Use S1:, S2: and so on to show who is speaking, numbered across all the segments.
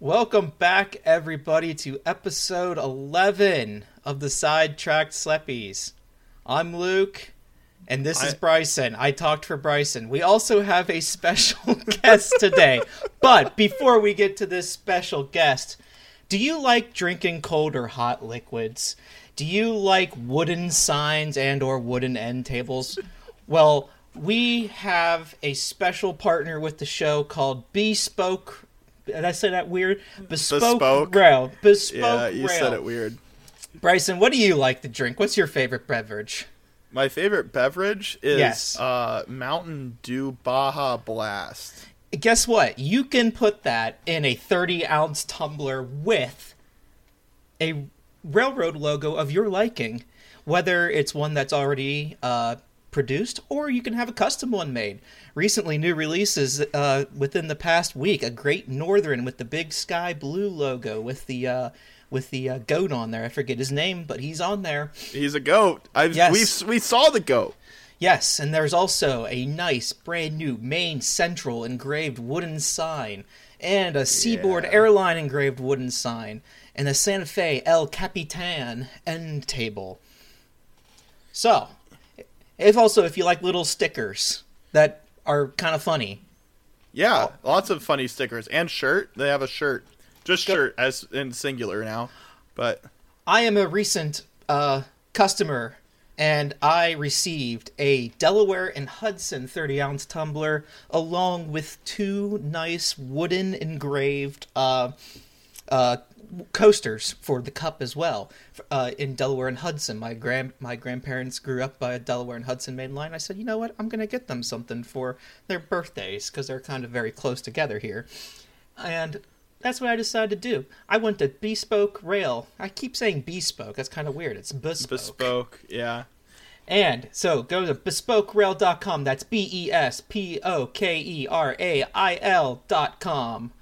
S1: Welcome back, everybody, to episode 11 of the Sidetracked Sleppies. I'm Luke, and this is
S2: I-
S1: Bryson. I talked for Bryson. We also have a special guest today. But before we get to this special guest, do you like drinking cold or hot liquids? Do you like wooden signs and or wooden end tables? Well, we have a special partner with the show called Bespoke. Did I say that weird? Bespoke,
S2: Bespoke.
S1: Rail. Bespoke
S2: Yeah, you
S1: Rail.
S2: said it weird.
S1: Bryson, what do you like to drink? What's your favorite beverage?
S2: My favorite beverage is
S1: Yes.
S2: uh, Mountain Dew Baja Blast.
S1: Guess what? You can put that in a 30 ounce tumbler with a railroad logo of your liking, whether it's one that's already uh, produced or you can have a custom one made. Recently, new releases uh, within the past week: a Great Northern with the big sky blue logo with the uh, with the uh, goat on there. I forget his name, but he's on there.
S2: He's a goat. I
S1: Yes.
S2: we we saw the goat.
S1: Yes, and there's also a nice brand new Maine Central engraved wooden sign and a Seaboard
S2: Yeah.
S1: Airline engraved wooden sign and a Santa Fe El Capitan end table. So, if also if you like little stickers that are kind of funny.
S2: Yeah,
S1: Oh.
S2: lots of funny stickers and shirt. They have a shirt, just shirt as in singular now. But
S1: I am a recent uh, customer, and I received a Delaware and Hudson 30 ounce tumbler along with two nice wooden engraved uh, uh, coasters for the cup as well uh, in Delaware and Hudson. My grand my grandparents grew up by a Delaware and Hudson main line. I said, you know what? I'm gonna get them something for their birthdays because they're kind of very close together here, and. That's what I decided to do. I went to Bespoke Rail. I keep saying bespoke. That's kind of weird. It's bespoke.
S2: bespoke, yeah.
S1: And so go to bespokerail.com. That's B E S P O K E R A I L dot com.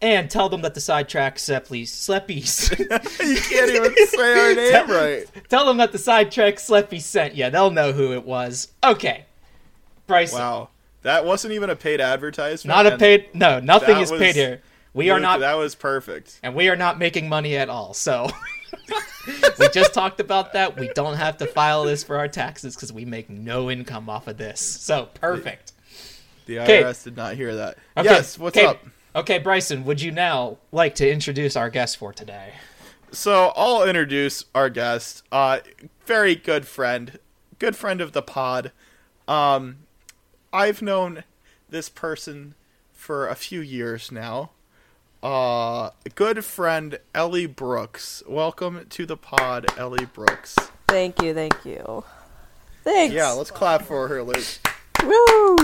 S1: And tell them that the sidetrack Sepleys, Sleppies.
S2: you can't even say our name right.
S1: tell them that the sidetrack Sleppies sent you. They'll know who it was. Okay. Bryson.
S2: Wow, that wasn't even a paid advertisement.
S1: Not a
S2: and
S1: paid. No, nothing
S2: That
S1: is paid
S2: was-
S1: here. We are
S2: Luke,
S1: not.
S2: That was perfect.
S1: and we are not making money at all. So we just talked about that. We don't have to file this for our taxes because we make no income off of this. So perfect.
S2: The
S1: Okay.
S2: IRS did not hear that.
S1: Okay,
S2: Yes, what's
S1: okay,
S2: up?
S1: Okay, Bryson, would you now like to introduce our guest for today?
S2: So I'll introduce our guest. Uh, very good friend, good friend of the pod. Um, I've known this person for a few years now. Uh, good friend Ellie Brooks. Welcome to the pod, Ellie Brooks.
S3: Thank you, thank you. Thanks.
S2: Yeah, let's clap for her, Luke.
S3: Woo!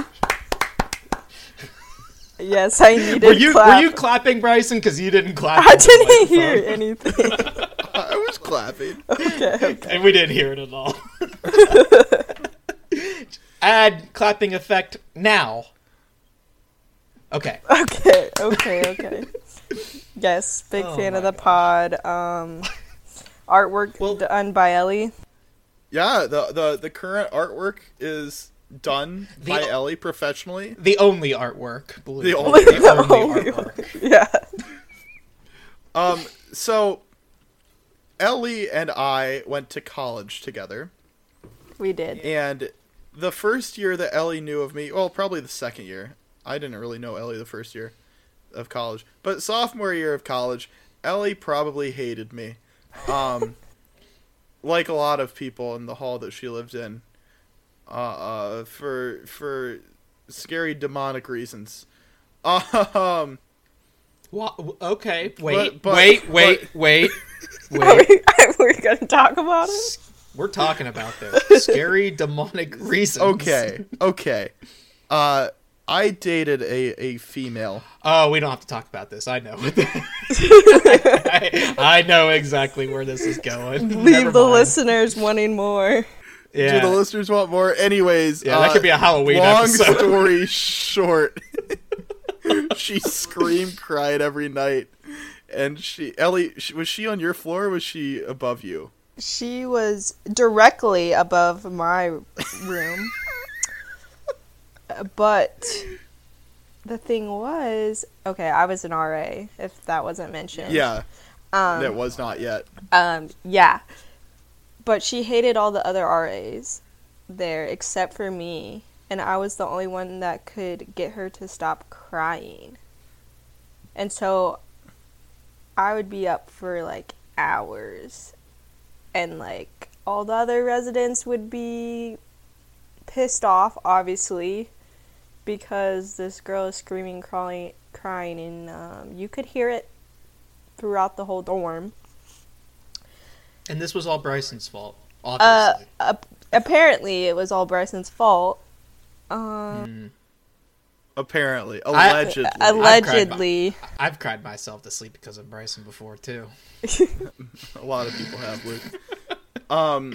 S3: yes, I needed
S1: Were you
S3: clap.
S1: were you clapping, Bryson? Because you didn't clap.
S3: I
S1: into the
S3: didn't hear
S1: microphone.
S3: anything.
S2: I was clapping.
S1: and we didn't hear it at all. Add clapping effect now. Okay.
S3: okay, okay, okay. Yes, big
S1: Oh
S3: fan of
S1: my
S3: the pod. Um, artwork
S1: Well-
S3: done by Ellie.
S2: Yeah, the the the current artwork is done
S1: The-
S2: by Ellie professionally.
S1: The only artwork. believe
S2: The
S1: it.
S2: only
S1: the
S3: artwork.
S1: only artwork.
S3: Yeah.
S2: Um, so Ellie and I went to college together,
S3: We did.
S2: and the first year that Ellie knew of me, well, probably the second year. I didn't really know Ellie the first year of college, but sophomore year of college, Ellie probably hated me, um, like a lot of people in the hall that she lived in, uh, uh for for scary demonic reasons. Um,
S1: Wha- okay. Wait.
S2: But- but-
S1: wait. Wait.
S2: but-
S1: wait.
S3: Are
S1: Wait.
S3: we, are we going to talk about it?
S1: We're talking about this scary demonic reasons.
S2: Okay, okay. Uh, I dated a, a female.
S1: Oh, we don't have to talk about this. I know. I, I know exactly where this is going. Never
S3: Leave the
S1: mind.
S3: listeners wanting more.
S1: Yeah.
S2: Do the listeners want more? Anyways,
S1: Yeah, that
S2: uh,
S1: could be a Halloween
S2: long
S1: episode.
S2: story short, she screamed, cried every night, and she Ellie she, was she on your floor? or Was she above you?
S3: She was directly above my room, but the thing was, okay, I was an RA. If that wasn't mentioned,
S2: Yeah. that was not yet.
S3: Um, yeah. But she hated all the other RAs there except for me, and I was the only one that could get her to stop crying. And so I would be up for like hours, and like all the other residents would be pissed off, obviously, because this girl is screaming, crawling, crying, and um, you could hear it throughout the whole dorm.
S1: And this was all Bryson's fault,
S3: uh,
S1: obviously.
S3: ap- apparently it was all Bryson's fault. Um,
S1: Mm.
S2: Apparently.
S1: I-
S2: Allegedly.
S3: allegedly,
S1: I've cried myself to sleep because of Bryson before too.
S2: a lot of people have Luke. um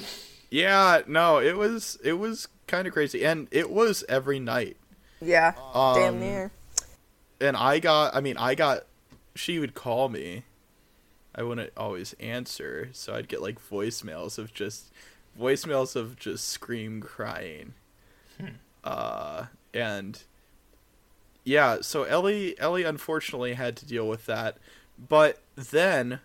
S2: yeah, no, it was it was kind of crazy and it was every night.
S3: yeah,
S2: Um,
S3: damn near.
S2: and I got I mean I got she would call me. I wouldn't always answer, so I'd get like voicemails of just voicemails of just scream crying. Uh and yeah, so Ellie Ellie unfortunately had to deal with that. But then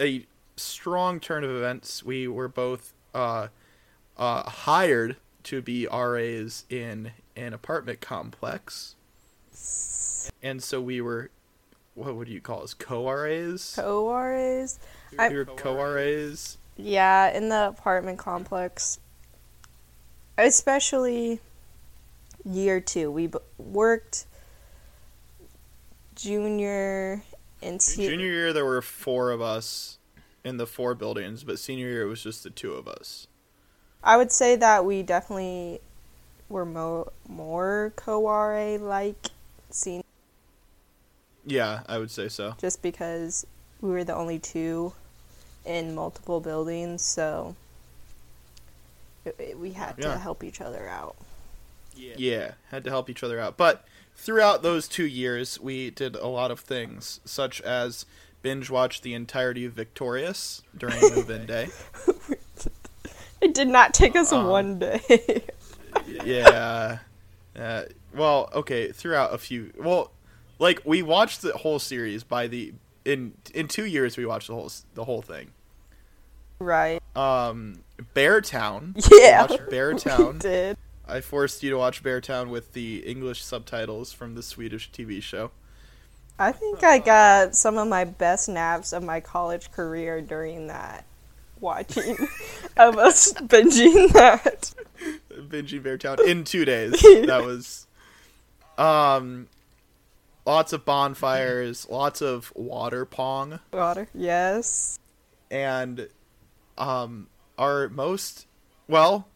S2: a strong turn of events, we were both uh uh hired to be RAs in an apartment complex and so we were what would you call us co-ras
S3: Coars, I-
S2: we were co-ras
S3: yeah, in the apartment complex, especially year two. We b- worked junior and se-
S2: junior year there were four of us in the four buildings but senior year it was just the two of us
S3: I would say that we definitely were mo- more Coare like seen
S2: yeah i would say so
S3: just because we were the only two in multiple buildings, so it, it- we had
S2: Yeah.
S3: to help each other out.
S2: yeah. had to help each other out but throughout those two years we did a lot of things such as binge watch the entirety of victorious during move-in day
S3: It did not take us
S2: Uh-uh.
S3: one day.
S2: yeah. Uh, well, okay. Throughout a few, well, like we watched the whole series by the in in two years we watched the whole s- the whole thing.
S3: right.
S2: Um, Beartown.
S3: Yeah.
S2: Watch
S3: We
S2: Beartown.
S3: did.
S2: I forced you to watch Beartown with the English subtitles from the Swedish TV show.
S3: I think I got some of my best naps of my college career during that watching of us binging that.
S2: Binging Beartown in two days. That was, um, lots of bonfires, lots of water pong.
S3: Water. Yes.
S2: and um our most well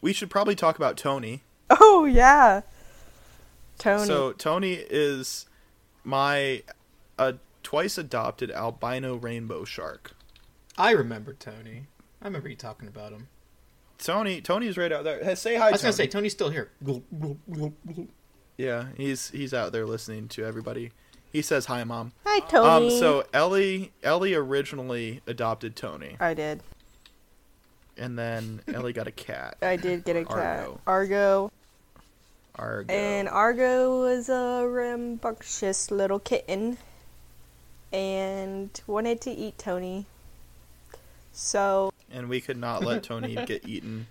S2: we should probably talk about tony,
S3: Oh yeah. Tony.
S2: so tony is my uh, twice adopted albino rainbow shark
S1: I remember Tony. I remember you talking about him.
S2: tony tony's right out there Hey, say
S1: I
S2: hi
S1: was
S2: tony.
S1: gonna say Tony's still here.
S2: yeah he's he's out there listening to everybody he says hi mom
S3: Hi Tony.
S2: um so ellie ellie originally adopted tony
S3: I did.
S2: and then ellie got a cat
S3: I did get a
S2: Argo.
S3: cat. Argo.
S2: Argo.
S3: And Argo was a rambunctious little kitten and wanted to eat Tony. So,
S2: and we could not let Tony get eaten.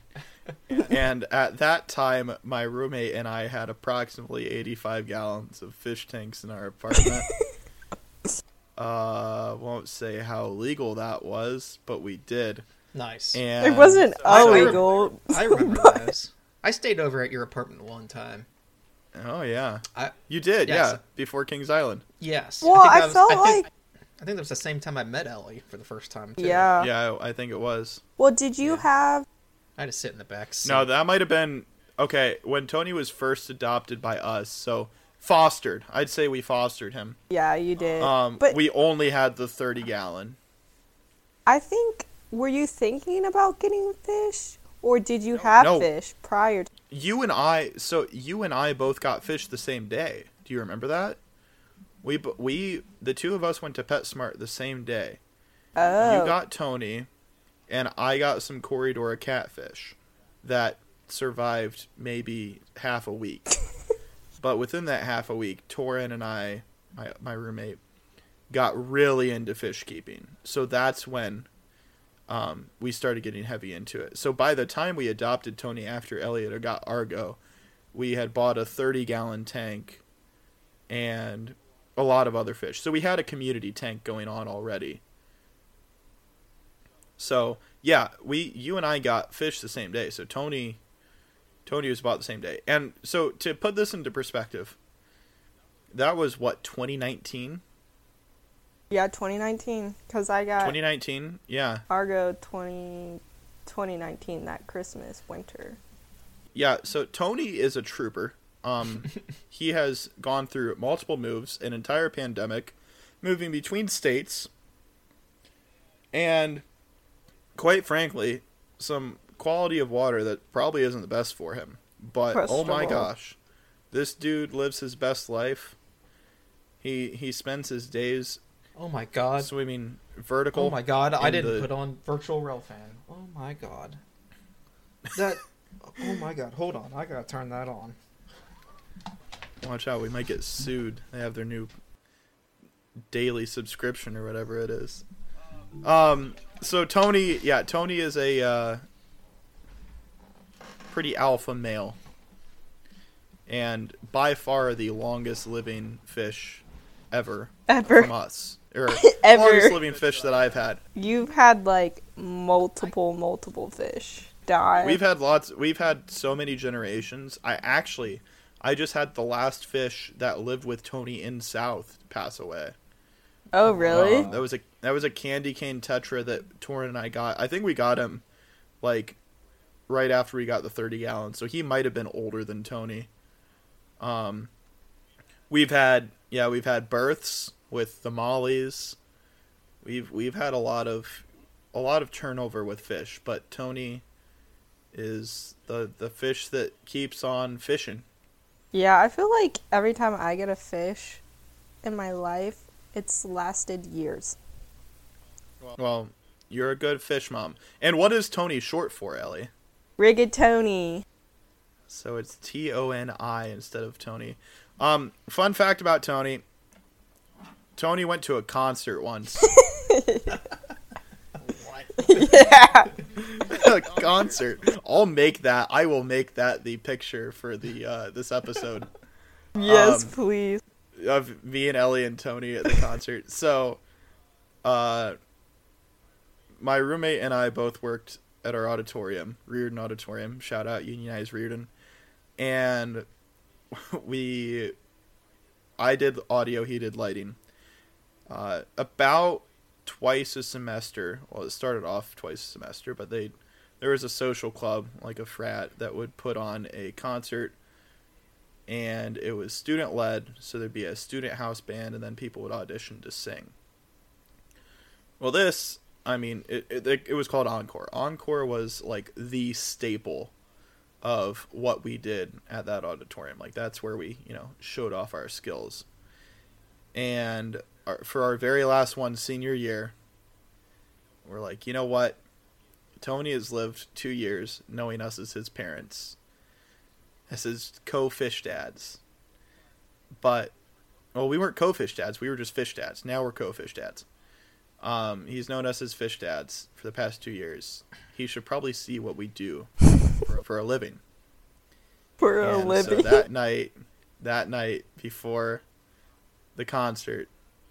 S2: And at that time, my roommate and I had approximately 85 gallons of fish tanks in our apartment. uh, won't say how legal that was, but we did.
S1: Nice.
S2: And
S3: it wasn't
S1: I remember-
S3: illegal.
S1: I remember this. I stayed over at your apartment one time.
S2: Oh yeah,
S1: I
S2: you did.
S1: Yes.
S2: Yeah, before Kings Island.
S1: yes.
S3: Well,
S1: think
S3: I,
S1: that was-
S3: felt
S1: think-
S3: like.
S1: I think that was the same time I met Ellie for the first time. Too.
S3: Yeah.
S2: Yeah, I I think it was.
S3: Well, did you
S1: Yeah.
S3: have.
S1: I had to sit in the back. Seat.
S2: No, that might have been okay when Tony was first adopted by us. So fostered, I'd say we fostered him.
S3: Yeah, you did.
S2: Um,
S3: but
S2: we only had the 30 gallon.
S3: I think. Were you thinking about getting fish? Or did you have
S2: No.
S3: fish prior to.
S2: you and I so you and I both got fish the same day. Do you remember that? We bo- we the two of us went to PetSmart the same day.
S3: Oh.
S2: You got Tony and I got some Corridora catfish that survived maybe half a week. But within that half a week, Torin and I, my my roommate, got really into fish keeping. So that's when um, we started getting heavy into it. So by the time we adopted Tony after Elliot had got Argo, we had bought a 30 gallon tank and a lot of other fish. So we had a community tank going on already. So yeah, we you and I got fish the same day. So Tony Tony was bought the same day. And so to put this into perspective, that was what 2019.
S3: Yeah, 2019. Because I got
S2: 2019. Yeah.
S3: Argo 20, 2019 that Christmas winter.
S2: Yeah, so Tony is a trooper. Um, he has gone through multiple moves, an entire pandemic, moving between states, and quite frankly, some quality of water that probably isn't the best for him. But
S3: First
S2: oh
S3: of
S2: my
S3: all.
S2: gosh, this dude lives his best life. He he spends his days
S1: Oh my god.
S2: swimming vertical.
S1: Oh my god, I
S2: in
S1: didn't
S2: the-
S1: put on virtual rail fan. Oh my god. That Oh my god, hold on. I got to turn that on.
S2: Watch out, we might get sued. They have their new daily subscription or whatever it is. Um, so Tony, yeah, Tony is a uh, pretty alpha male, and by far the longest living fish ever from
S3: Ever.
S2: us, or
S3: Er. Ever.
S2: longest living fish that I've had.
S3: You've had like multiple, multiple fish die.
S2: We've had lots. We've had so many generations. I actually, I just had the last fish that lived with Tony in South pass away.
S3: oh, really?
S2: Um, that was a that was a candy cane tetra that Torin and I got. I think we got him like right after we got the 30 gallon. So he might have been older than Tony. Um we've had yeah, we've had births with the mollies. We've we've had a lot of a lot of turnover with fish, but Tony is the the fish that keeps on fishing.
S3: yeah, I feel like every time I get a fish in my life, it's lasted years.
S2: Well, you're a good fish mom. And what is Tony short for, Ellie?
S3: Rigatoni.
S2: So it's T O N I instead of Tony. Um, fun fact about Tony. Tony went to a concert once.
S3: yeah.
S2: a concert. I'll make that. I will make that the picture for the uh, this episode
S3: Yes,
S2: Um,
S3: please.
S2: of me and Ellie and Tony at the concert. So, uh, my roommate and I both worked at our auditorium, Reardon Auditorium. Shout out Unionized Reardon, and we, I did audio, he did lighting. Uh, about twice a semester. Well, it started off twice a semester, but they there was a social club like a frat that would put on a concert and it was student led, so there'd be a student house band, and then people would audition to sing. Well, this, I mean, it, it, it was called Encore. Encore was like the staple of what we did at that auditorium. Like, that's where we, you know, showed off our skills. And our, for our very last one, senior year, we're like, you know what? Tony has lived two years knowing us as his parents as his co-fish dads. But well, we weren't co-fish dads. We were just fish dads. Now we're co-fish dads. Um, he's known us as fish dads for the past two years. He should probably see what we do for, for a living.
S3: For a
S2: And
S3: living.
S2: So that night, that night before the concert,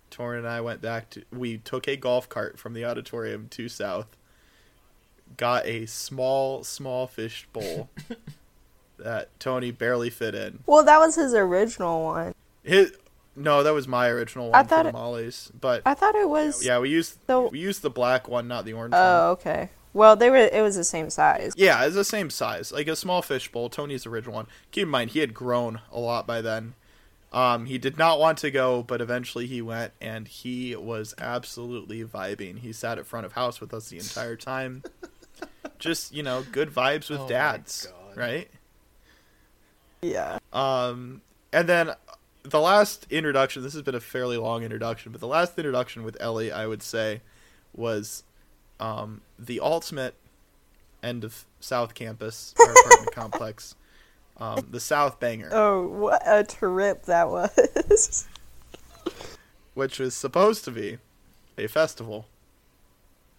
S2: Torin and I went back to. We took a golf cart from the auditorium to South. Got a small, small fish bowl that Tony barely fit in.
S3: well, that was his original one.
S2: His, no, that was my original
S3: I
S2: one for
S3: thought
S2: the
S3: it-
S2: Mollies, but
S3: I thought it was.
S2: yeah, we used
S3: So-
S2: we used the black one, not the orange one.
S3: Oh, okay. Well, they were. It was the same size.
S2: Yeah, it's the same size, like a small fishbowl. Tony's original one. Keep in mind, he had grown a lot by then. Um, he did not want to go, but eventually he went, and he was absolutely vibing. He sat at front of house with us the entire time. Just you know, good vibes with
S1: Oh my
S2: dads,
S1: God.
S2: right?
S3: Yeah.
S2: Um, and then the last introduction. This has been a fairly long introduction, but the last introduction with Ellie, I would say, was um, the ultimate end of South Campus, our apartment complex. um, the South Banger,
S3: Oh, what a trip that was.
S2: which was supposed to be a festival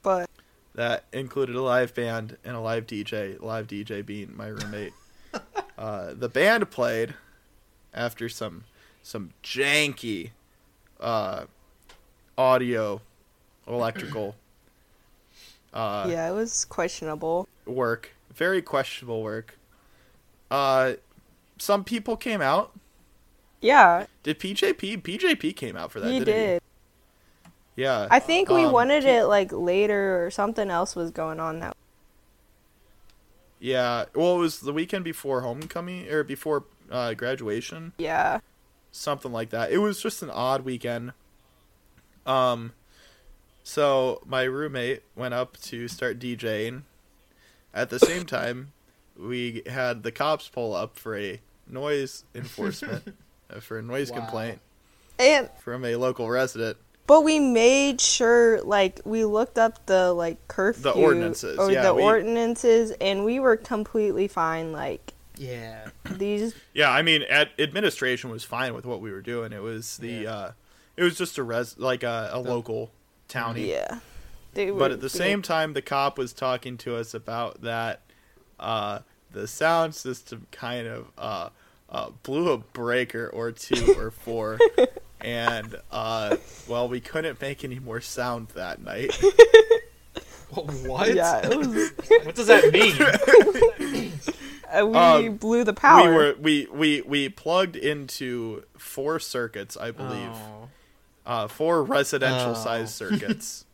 S3: but
S2: that included a live band and a live DJ. Live DJ being my roommate. uh, the band played after some some janky uh, audio electrical uh,
S3: yeah, it was questionable.
S2: work, very questionable work. Uh, some people came out.
S3: Yeah,
S2: Did PJP? PJP came out for that.
S3: he
S2: didn't
S3: did.
S2: He? Yeah.
S3: I think we
S2: Um,
S3: wanted
S2: P-
S3: it like later or something else was going on that.
S2: Yeah. Well, it was the weekend before homecoming or before uh, graduation.
S3: Yeah.
S2: something like that. It was just an odd weekend. Um, so my roommate went up to start DJing. At the same time, we had the cops pull up for a noise enforcement, uh, for a noise
S1: Wow.
S2: complaint
S3: And
S2: from a local resident.
S3: but we made sure like we looked up the like curfew
S2: ordinances,
S3: or
S2: yeah,
S3: the
S2: we-
S3: ordinances and we were completely fine like
S1: Yeah.
S3: these
S2: Yeah, I mean, ad- administration was fine with what we were doing. It was the,
S1: Yeah.
S2: uh, it was just a res like a, a local townie.
S3: yeah. They
S2: But
S3: were
S2: at the
S3: good.
S2: same time, the cop was talking to us about that. Uh, the sound system kind of uh, uh, blew a breaker or two or four, and uh, well, we couldn't make any more sound that night.
S1: What?
S3: yeah, it was,
S1: What does that mean?
S3: uh, we
S2: Um,
S3: blew the power.
S2: We were we we we plugged into four circuits, I believe,
S1: Oh.
S2: uh, four residential
S1: Oh.
S2: sized circuits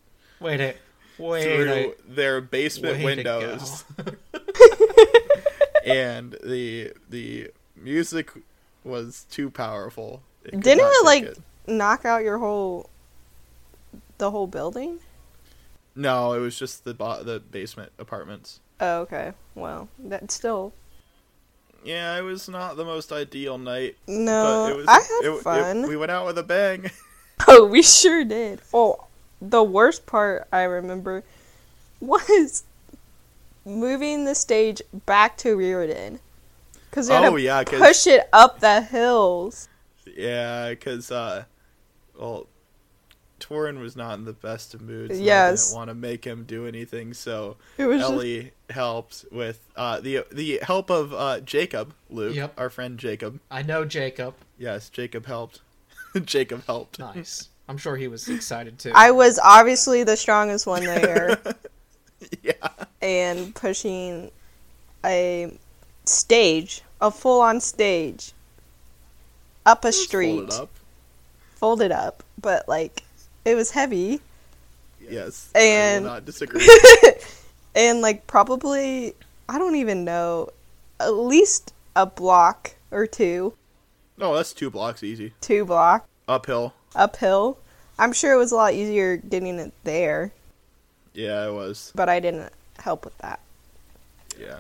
S1: Wait a wait
S2: through
S1: a
S2: their basement
S1: way to go.
S2: windows. and the the music was too powerful. It could
S3: Didn't
S2: not
S3: it
S2: take
S3: like knock out your whole the whole building?
S2: No, it was just the bo- the basement apartments.
S3: Oh, okay. Well, that's still
S2: Yeah, it was not the most ideal night.
S3: no.
S2: but it was,
S3: Uh, I had
S2: it- it-
S3: fun.
S2: we went out with a bang.
S3: Oh, we sure did. Oh, the worst part I remember was moving the stage back to Reardon. Because we had
S2: Oh,
S3: to
S2: yeah, 'cause-
S3: push it up the hills.
S2: yeah, because uh, well, Torin was not in the best of moods. and I
S3: Yes.
S2: didn't want to make him do anything, so
S3: It was just,
S2: Ellie helped with uh the the help of uh Jacob Luke,
S1: Yep.
S2: our friend Jacob.
S1: I know Jacob.
S2: Yes, Jacob helped. Jacob helped.
S1: Nice. I'm sure he was excited too.
S3: I was obviously the strongest one there
S2: Yeah.
S3: and pushing a stage, a full on stage, up a street,
S2: Fold it up.
S3: folded up, but like it was heavy.
S2: Yes.
S3: And-
S2: I will not disagree.
S3: and like probably I don't even know, at least a block or two,
S2: no, that's two blocks easy.
S3: two block
S2: Uphill.
S3: uphill. I'm sure it was a lot easier getting it there,
S2: Yeah, it was.
S3: but I didn't help with that.
S2: Yeah.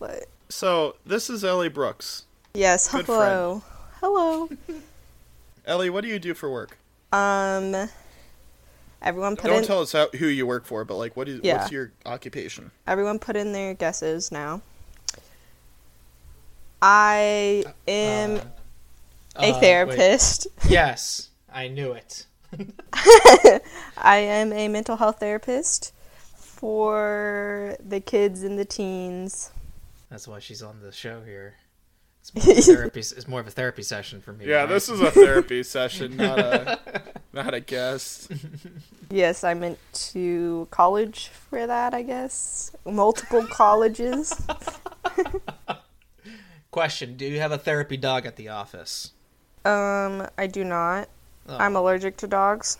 S3: But
S2: So this is Ellie Brooks.
S3: yes,
S2: Good
S3: hello, hello.
S2: Ellie, what do you do for work?
S3: Um, everyone put
S2: Don't
S3: in
S2: tell us how, who you work for, but like, what is
S3: Yeah.
S2: what's your occupation?
S3: everyone put in their guesses now. I am
S1: Uh,
S3: a
S1: uh, wait.
S3: therapist.
S1: Yes, I knew it.
S3: I am a mental health therapist for the kids and the teens.
S1: That's why she's on the show here. It's more of a therapy. It's more of a therapy session for me. right?
S2: is a therapy session, not a not a guest.
S3: Yes, I went to college for that, I guess. Multiple colleges.
S1: question. Do you have a therapy dog at the office?
S3: Um, I do not.
S1: Oh,
S3: I'm allergic to dogs.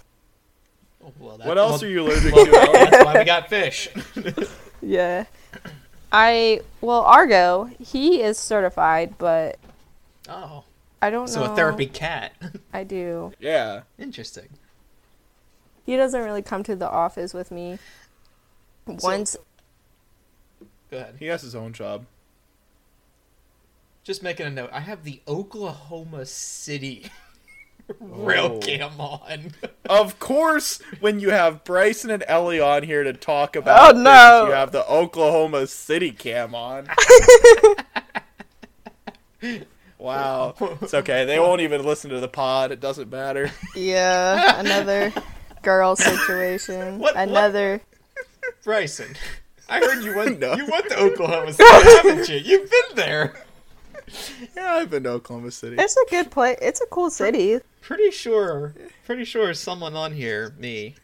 S1: well, that-
S2: What else
S1: well,
S2: are you allergic to? Ellie?
S1: That's why we got fish.
S3: Yeah. I well, Argo, he is certified, but
S1: Oh,
S3: I don't
S1: so
S3: know.
S1: a therapy cat.
S3: I do.
S2: Yeah.
S1: Interesting.
S3: He doesn't really come to the office with me. Once
S1: Go ahead.
S2: He has his own job.
S1: Just making a note. I have the Oklahoma City rail
S2: Oh.
S1: cam on.
S2: Of course, when you have Bryson and Ellie on here to talk about
S3: Oh, no.
S2: things, you have the Oklahoma City cam on. Wow. It's okay. They won't even listen to the pod. It doesn't matter.
S3: Yeah, another girl situation.
S1: What- what?
S3: another.
S1: Bryson, I heard you went.
S2: No.
S1: You went to Oklahoma City, haven't you? You've been there.
S2: Yeah, I've been to Oklahoma City.
S3: It's a good place. It's a cool city.
S1: Pretty sure. Pretty sure someone on here, me,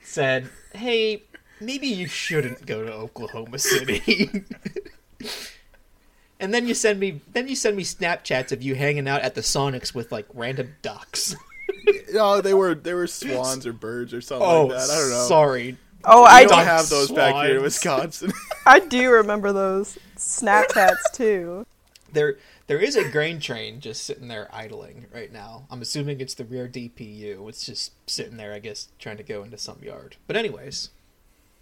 S1: said, "Hey, maybe you shouldn't go to Oklahoma City." and then you send me. Then you send me Snapchats of you hanging out at the Sonics with like random ducks.
S2: No, they were they were swans or birds or something like that. Oh, I don't know.
S1: Sorry.
S3: Oh,
S2: I
S3: I
S2: don't
S1: Ducks,
S3: do,
S2: have those back here in
S1: swans.
S2: Wisconsin.
S3: I do remember those Snapchats too.
S1: There, there is a grain train just sitting there idling right now. I'm assuming it's the rear DPU. It's just sitting there, I guess, trying to go into some yard. But anyways,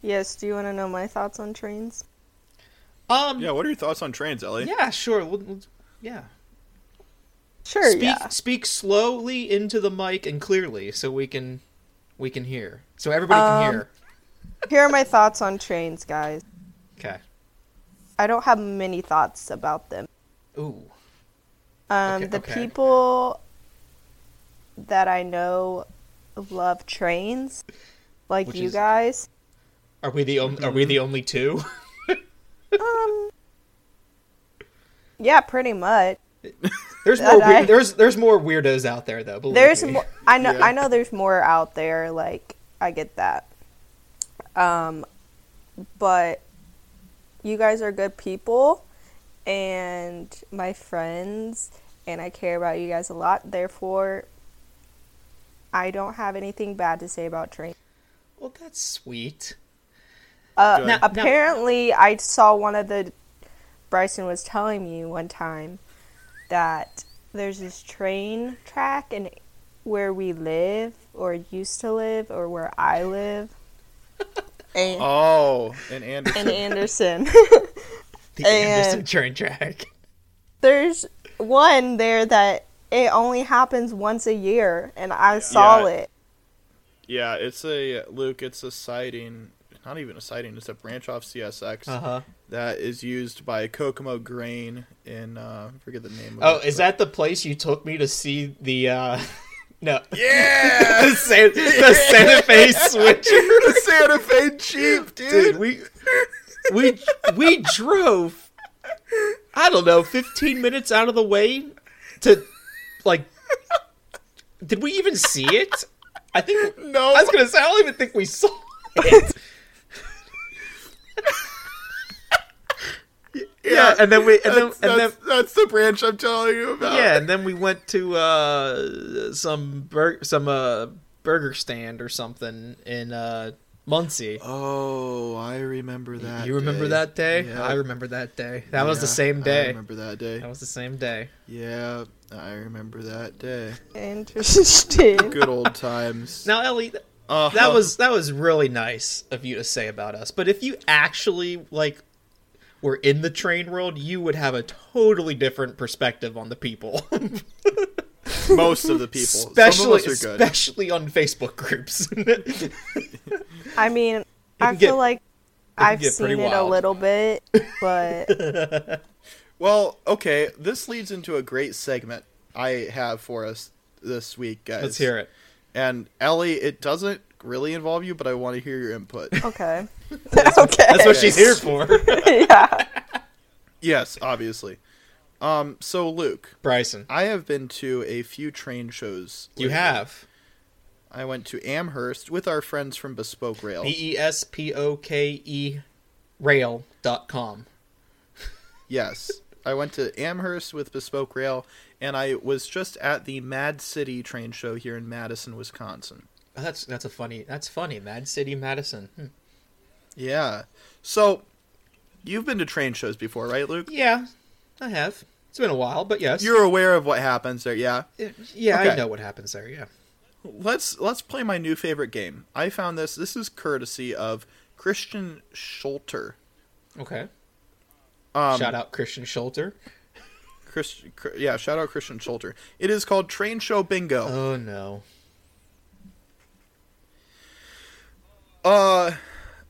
S3: Yes. Do you want to know my thoughts on trains?
S1: um,
S2: yeah,
S1: yeah,
S2: what are your thoughts on trains, Ellie?
S1: sure, we'll, we'll- yeah.
S3: Sure.
S1: speak,
S3: Yeah.
S1: speak slowly into the mic and clearly, so we can, we can hear, so everybody can
S3: Um,
S1: hear.
S3: Here are my thoughts on trains, guys.
S1: Okay.
S3: I don't have many thoughts about them.
S1: Ooh.
S3: Um,
S1: Okay,
S3: the
S1: okay.
S3: people that I know love trains, like
S1: Which
S3: you
S1: is-
S3: guys.
S1: Are we the on- are we the only two?
S3: Um, yeah, pretty much.
S1: there's
S3: That
S1: more
S3: I-
S1: weir- there's there's more weirdos out there though. believe
S3: There's
S1: me.
S3: more. I know.
S2: Yeah.
S3: I know. There's more out there. Like I get that. Um, but you guys are good people, and my friends, and I care about you guys a lot. Therefore, I don't have anything bad to say about trains.
S1: Well, that's sweet.
S3: Uh,
S2: Good. Now-
S1: now-
S3: apparently, I saw one of the Bryson was telling me one time that there's this train track and where we live or used to live or where I live and,
S2: Oh, and Anderson.
S3: and Anderson.
S1: The
S3: And-
S1: Anderson train track.
S3: there's one there that it only happens once a year, and I saw
S2: Yeah.
S3: it.
S2: Yeah, it's a Luke. It's a sighting, not even a sighting. It's a branch off CSX
S1: Uh huh.
S2: that is used by Kokomo Grain in uh, I forget the name.
S1: Oh,
S2: of it,
S1: is that the place you took me to see the uh no
S2: yeah?
S1: the, San- the Santa Fe switcher?
S2: the Santa Fe Jeep, dude.
S1: Dude, we we we drove I don't know, 15 minutes out of the way to like Did we even see it? I think
S2: no,
S1: I was going to say I don't even think we saw it. yeah, and then we and then
S2: that's,
S1: and then
S2: that's, that's the branch I'm telling you about.
S1: yeah, and then we went to uh, some bur- some uh, burger stand or something in uh, Muncie.
S2: Oh, I remember that.
S1: you remember
S2: day.
S1: that day?
S2: Yeah.
S1: I remember that day. That was the
S2: Yeah,
S1: same
S2: I
S1: day.
S2: remember that day. Oh.
S1: That was the same day.
S2: Yeah, I remember that day.
S3: Interesting.
S2: Good old times.
S1: Now, Ellie, th-
S2: uh
S1: that was that was really nice of you to say about us. But if you actually like were in the train world, you would have a totally different perspective on the people,
S2: most of the people. Some of us
S1: especially
S2: are good.
S1: especially on Facebook groups.
S3: I mean, I
S1: can get-
S3: feel like I've
S1: get
S3: seen
S1: pretty
S3: it a
S1: wild.
S3: little bit, but.
S2: Well, okay, this leads into a great segment I have for us this week, guys.
S1: Let's hear it.
S2: And Ellie, it doesn't really involve you, but I want to hear your input.
S3: Okay. okay.
S1: That's what she's here for.
S3: yeah.
S2: yes, obviously. Um, so Luke,
S1: Bryson,
S2: I have been to a few train shows.
S1: you
S2: lately.
S1: have
S2: I went to Amherst with our friends from Bespoke Rail.
S1: B E S P O K E rail dot com.
S2: Yes. I went to Amherst with Bespoke Rail, and I was just at the Mad City train show here in Madison, Wisconsin.
S1: Oh, that's that's a funny that's funny. Mad City Madison. Hmm.
S2: Yeah. So, you've been to train shows before, right, Luke?
S1: Yeah, I have. It's been a while, but yes,
S2: You're aware of what happens there, yeah?
S1: yeah. I
S2: okay.
S1: know what happens there. Yeah.
S2: Let's let's play my new favorite game. I found this. This is courtesy of Christian Schulter.
S1: Okay.
S2: Um,
S1: Shout out Christian Schulter.
S2: Chris, Chr- yeah, shout out Christian Schulter. It is called Train Show Bingo.
S1: Oh no. Oh.
S2: Uh,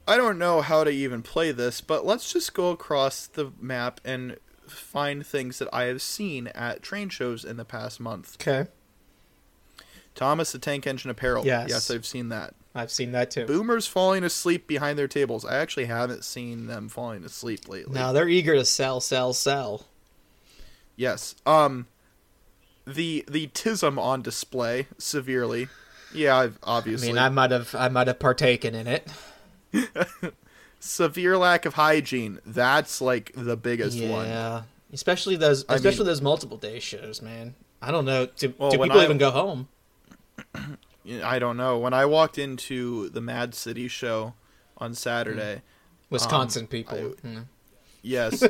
S2: I don't know how to even play this, but let's just go across the map and find things that I have seen at train shows in the past month.
S1: Okay.
S2: Thomas the Tank Engine apparel.
S1: Yes.
S2: yes, I've seen that.
S1: I've seen that too.
S2: Boomers falling asleep behind their tables. I actually haven't seen them falling asleep lately.
S1: Now they're eager to sell, sell, sell.
S2: Yes. Um the the tism on display severely. Yeah, I've
S1: I
S2: obviously
S1: mean, I might have, I might have partaken in it.
S2: severe lack of hygiene. That's like the biggest one.
S1: yeah, especially those,
S2: I
S1: especially
S2: mean-
S1: those multiple day shows, man. I don't know. Do,
S2: Well,
S1: do
S2: when
S1: people
S2: I-
S1: even go home?
S2: You know, I don't know. When I walked into the Mad City show on Saturday,
S1: Hmm.
S2: Um,
S1: Wisconsin people. Mm.
S2: yes,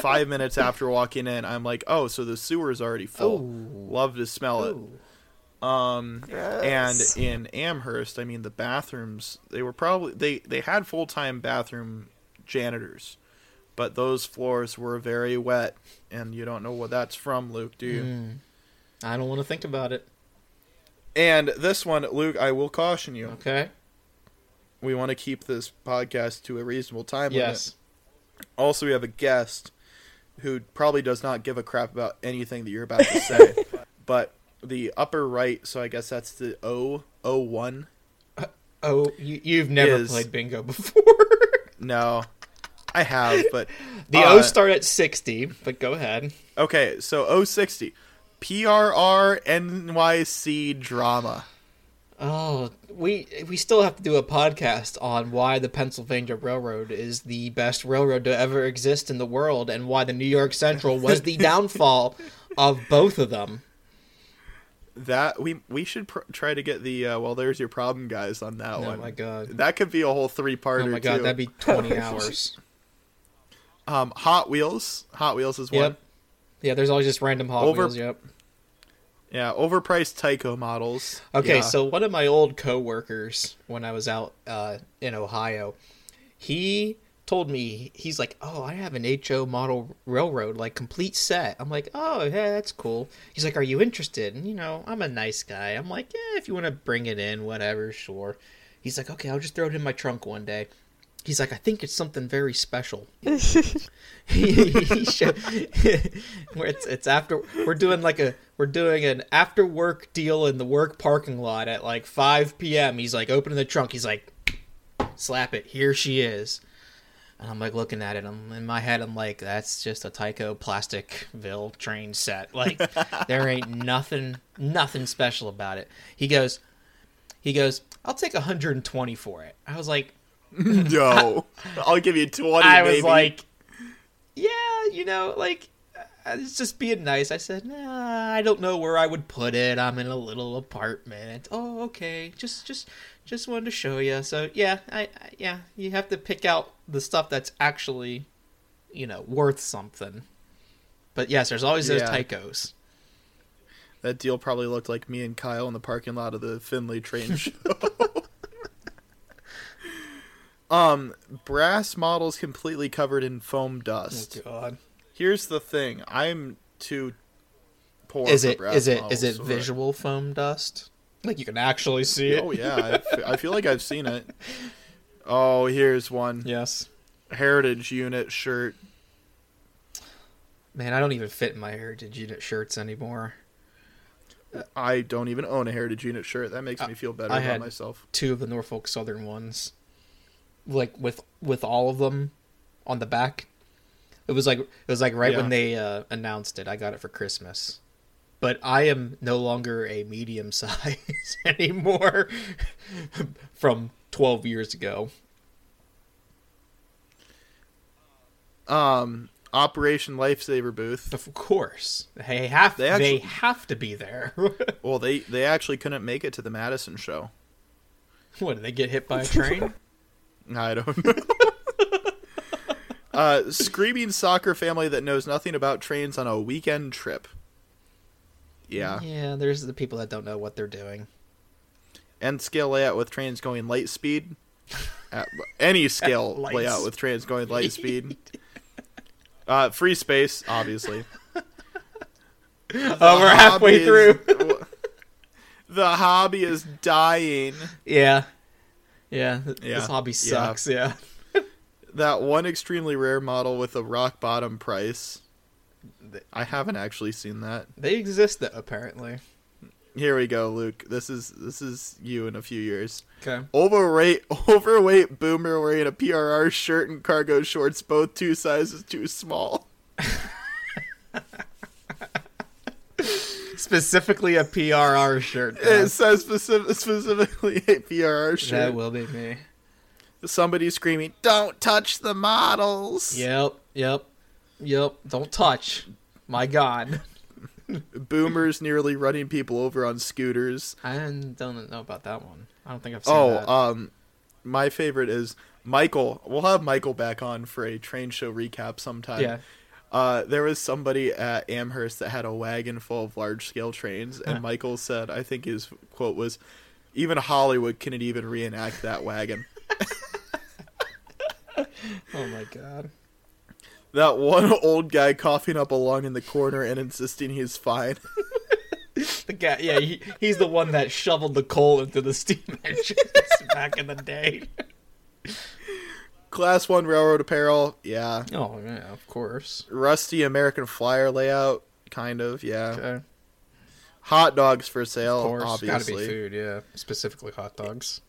S2: five minutes after walking in, I'm like, oh, so the sewer's already full.
S1: Oh.
S2: Love to smell it.
S1: Ooh.
S2: and
S3: Gross.
S2: in Amherst, I mean the bathrooms they were probably they they had full time bathroom janitors, but those floors were very wet, and you don't know what that's from, Luke, do you?
S1: I don't want to think about it.
S2: And this one, Luke, I will caution you.
S1: Okay.
S2: We want to keep this podcast to a reasonable time limit.
S1: Yes.
S2: Also, we have a guest who probably does not give a crap about anything that you're about to say, but the upper right, so I guess that's the O O one.
S1: Oh, you, you've never
S2: Is-
S1: played bingo before.
S2: No, I have, but
S1: The
S2: uh,
S1: O start at 60, but go ahead.
S2: Okay, so 060. PRRNYC drama.
S1: Oh, we we still have to do a podcast on why the Pennsylvania Railroad is the best railroad to ever exist in the world and why the New York Central was the downfall of both of them.
S2: That we we should pr- try to get the uh, well. There's your problem, guys. On that
S1: Oh
S2: one.
S1: my god.
S2: That could be a whole three parter.
S1: Oh my god, that'd be 20 hours.
S2: um Hot Wheels. Hot Wheels is one.
S1: Yep. Yeah, there's always just random Hot
S2: Over-
S1: Wheels, yep.
S2: Yeah, overpriced Tyco models.
S1: Okay,
S2: Yeah.
S1: so one of my old coworkers when I was out uh, in Ohio, he told me he's like, "Oh, I have an HO model railroad, like complete set." I'm like, "Oh, yeah, that's cool." He's like, "Are you interested?" And you know, I'm a nice guy. I'm like, "Yeah, if you want to bring it in, whatever, sure." He's like, "Okay, I'll just throw it in my trunk one day." He's like, "I think it's something very special." he, he showed, where it's, it's after we're doing like a we're doing an after work deal in the work parking lot at like 5 p.m. He's like opening the trunk. He's like, slap it. Here she is. And I'm like looking at it. I'm in my head. I'm like, that's just a Tyco Plasticville train set. Like there ain't nothing nothing special about it. He goes, he goes. I'll take 120 for it. I was like,
S2: no, I'll give you twenty.
S1: I
S2: baby.
S1: was like, yeah, you know, like I was just being nice. I said, nah, I don't know where I would put it. I'm in a little apartment. Oh, okay. Just, just, just wanted to show you. So yeah, I, I yeah, you have to pick out the stuff that's actually, you know, worth something. But yes, there's always those
S2: Yeah.
S1: Tycos.
S2: that deal probably looked like me and Kyle in the parking lot of the Finley train show. um, brass models completely covered in foam dust.
S1: God,
S2: Here's the thing: I'm too poor.
S1: is
S2: for
S1: it
S2: brass
S1: is it
S2: models,
S1: is it
S2: so-
S1: visual foam dust? Like you can actually see it.
S2: Oh yeah, I fe- I feel like I've seen it. Oh, here's one
S1: Yes.
S2: heritage unit shirt.
S1: Man, I don't even fit in my heritage unit shirts anymore.
S2: I don't even own a heritage unit shirt. That makes me feel better
S1: I
S2: about
S1: had-
S2: myself.
S1: two of the Norfolk Southern ones, like with with all of them on the back. It was like it was like right
S2: Yeah.
S1: when they uh, announced it. I got it for Christmas, but I am no longer a medium size anymore from twelve years ago.
S2: Um, Operation Lifesaver booth.
S1: Of course, they have
S2: They
S1: they,
S2: actually-
S1: have to be there.
S2: Well, they they actually couldn't make it to the Madison show.
S1: what did they get hit by a train?
S2: I don't know. uh, screaming soccer family that knows nothing about trains on a weekend trip. Yeah.
S1: yeah, there's the people that don't know what they're doing.
S2: End scale layout with trains going light speed. At any scale
S1: At light
S2: layout with trains going light speed. Uh, free space, obviously.
S1: Oh, we're
S2: The
S1: halfway
S2: hobby
S1: through.
S2: is- the hobby is dying.
S1: Yeah. Yeah. th-
S2: Yeah.
S1: This hobby
S2: Yeah.
S1: sucks. Yeah.
S2: That one extremely rare model with a rock bottom price. I haven't actually seen that.
S1: They exist though, apparently.
S2: Here we go, Luke. This is this is you in a few years.
S1: Okay.
S2: Overweight, overweight boomer wearing a PRR shirt and cargo shorts, both two sizes too small.
S1: Specifically a PRR shirt.
S2: It says specific, specifically a PRR
S1: That
S2: shirt.
S1: will be me.
S2: Somebody screaming, "Don't touch the models!"
S1: Yep, yep, yep. Don't touch. My God.
S2: Boomers nearly running people over on scooters.
S1: I don't don't know about that one. I don't think I've seen
S2: Oh,
S1: that.
S2: um, my favorite is Michael. We'll have Michael back on for a train show recap sometime.
S1: yeah.
S2: Uh, there was somebody at Amherst that had a wagon full of large scale trains, and Michael said, I think his quote was, even Hollywood couldn't even reenact that wagon.
S1: Oh my God.
S2: that one old guy coughing up a lung in the corner and insisting he's fine.
S1: The guy, yeah, he, he's the one that shoveled the coal into the steam engines back in the day.
S2: Class 1 railroad apparel, yeah.
S1: Oh yeah, of course.
S2: Rusty American flyer layout, kind of, yeah.
S1: Okay.
S2: Hot dogs for sale,
S1: Of course, gotta be
S2: obviously.
S1: food. Yeah, specifically hot dogs.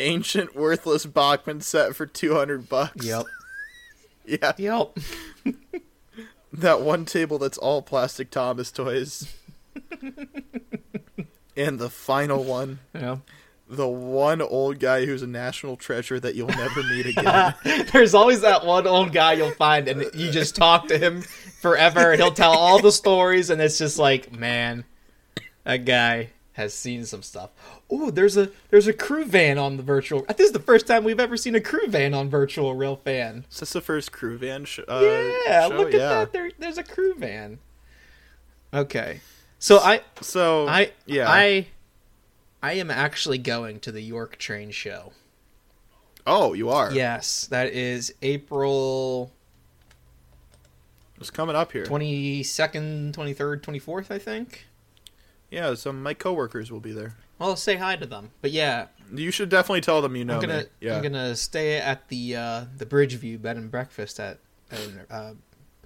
S2: Ancient worthless Bachman set for 200 bucks.
S1: Yep.
S2: Yeah.
S1: Yep.
S2: That one table that's all plastic Thomas toys. and the final one,
S1: Yeah.
S2: the one old guy who's a national treasure that you'll never meet again.
S1: There's always that one old guy you'll find, and you just talk to him forever, and he'll tell all the stories, and it's just like, man, that guy has seen some stuff. Oh, there's a there's a crew van on the virtual. This is the first time we've ever seen a crew van on virtual rail fan.
S2: Is this the first crew van sh- uh,
S1: Yeah,
S2: show?
S1: look at
S2: yeah.
S1: that. There, there's a crew van. Okay, so I
S2: So
S1: I
S2: yeah.
S1: I I am actually going to the York Train Show.
S2: oh, you are.
S1: Yes, that is April
S2: It's coming up here.
S1: 22nd, 23rd, 24th, I think.
S2: Yeah, some of my coworkers will be there.
S1: Well, say hi to them. But yeah,
S2: You should definitely tell them you know
S1: I'm
S2: me.
S1: gonna
S2: Yeah.
S1: I'm gonna stay at the uh, the Bridgeview Bed and Breakfast at, in, uh,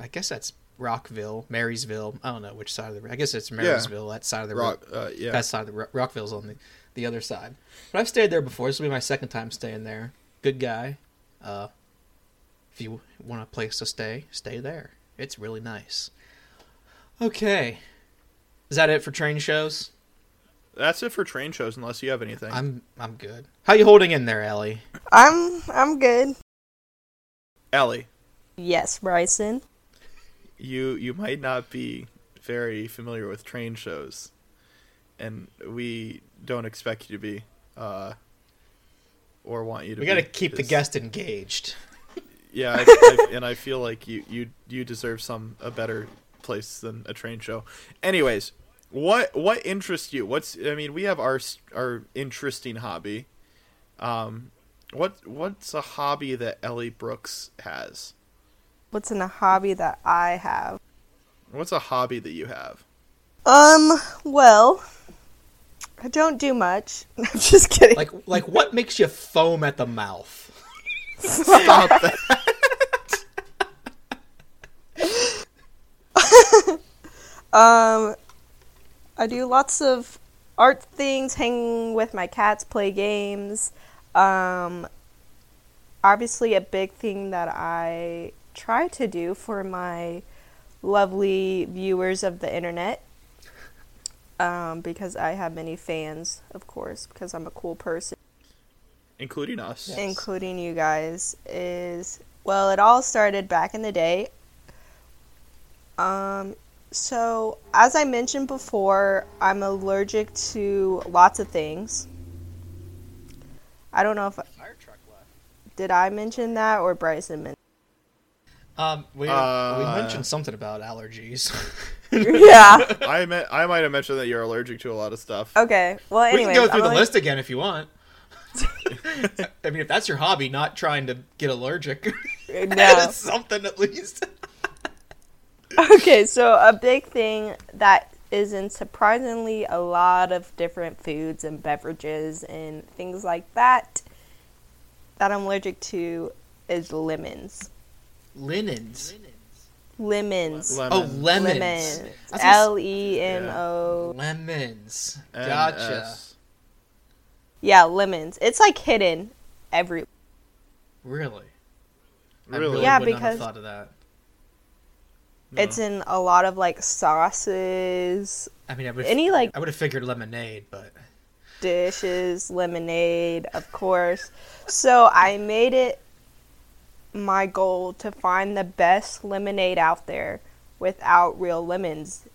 S1: I guess that's Rockville, Marysville. I don't know which side of the. I guess it's Marysville. That side of the
S2: Rock uh, yeah.
S1: that side of the Ro- Rockville's on the the other side. But I've stayed there before. This will be my second time staying there. Good guy. Uh, if you want a place to stay, stay there. It's really nice. Okay, is that it for train shows?
S2: That's it for train shows unless you have anything.
S1: I'm I'm good. How you holding in there, Ellie?
S3: I'm I'm good.
S2: Ellie,
S3: Yes, Bryson.
S2: you you might not be very familiar with train shows, and we don't expect you to be, uh, or want you to.
S1: We
S2: got
S1: got to keep the guest engaged.
S2: Yeah, I, I, and I feel like you you you deserve some a better place than a train show. Anyways, what what interests you? What's I mean, we have our s- our interesting hobby. Um, what what's a hobby that Ellie Brooks has?
S3: What's in a hobby that I have?
S2: What's a hobby that you have?
S3: Um, well, I don't do much. I'm just kidding.
S1: Like like what makes you foam at the mouth?
S2: Stop that.
S3: Um, I do lots of art things, hang with my cats, play games. Um, obviously, a big thing that I try to do for my lovely viewers of the internet, um, because I have many fans, of course, because I'm a cool person
S2: including us.
S1: Yeah. Yes.
S3: including you guys, is well, it all started back in the day. Um, so, as I mentioned before, I'm allergic to lots of things. I don't know if
S1: Fire truck left.
S3: did I mention that or Bryson mentioned.
S1: Um, we we
S2: Uh,
S1: mentioned something about allergies.
S3: yeah.
S2: I meant I might have mentioned that you're allergic to a lot of stuff.
S3: Okay. Well,
S1: we
S3: anyway,
S1: can go through the list again if you want. I mean, if that's your hobby, not trying to get allergic,
S3: No.
S1: it's something at least.
S3: okay, so a big thing that is in surprisingly a lot of different foods and beverages and things like that that I'm allergic to is lemons.
S1: Linens.
S3: Lemons.
S2: Lemon.
S1: Oh, lemons.
S3: Lemons.
S1: I was gonna s-
S3: L E N O.
S1: Lemons.
S2: N,
S1: Gotcha.
S2: S.
S3: Yeah, lemons. It's like hidden every.
S1: Really? I
S2: Really?
S1: really
S3: Yeah,
S1: would not have
S3: because-
S1: thought of that.
S2: No.
S3: It's in a lot of like sauces,
S1: I mean, I would
S3: Any, like-
S1: I would have figured lemonade, but
S3: dishes, lemonade, of course. So I made it my goal to find the best lemonade out there without real lemons.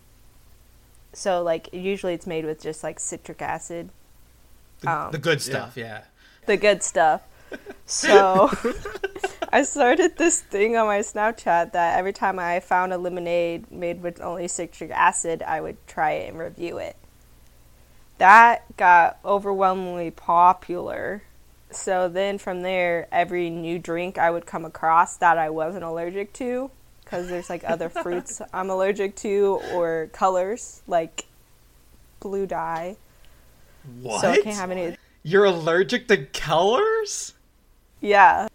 S3: So like usually it's made with just like citric acid,
S1: the,
S3: Um,
S1: the good stuff, yeah.
S3: the good stuff. So I started this thing on my Snapchat that every time I found a lemonade made with only citric acid, I would try it and review it. That got overwhelmingly popular. So then from there, every new drink I would come across that I wasn't allergic to, because there's like other fruits I'm allergic to or colors like blue dye.
S1: What?
S3: So I can't have any.
S1: You're allergic to colors?
S3: Yeah.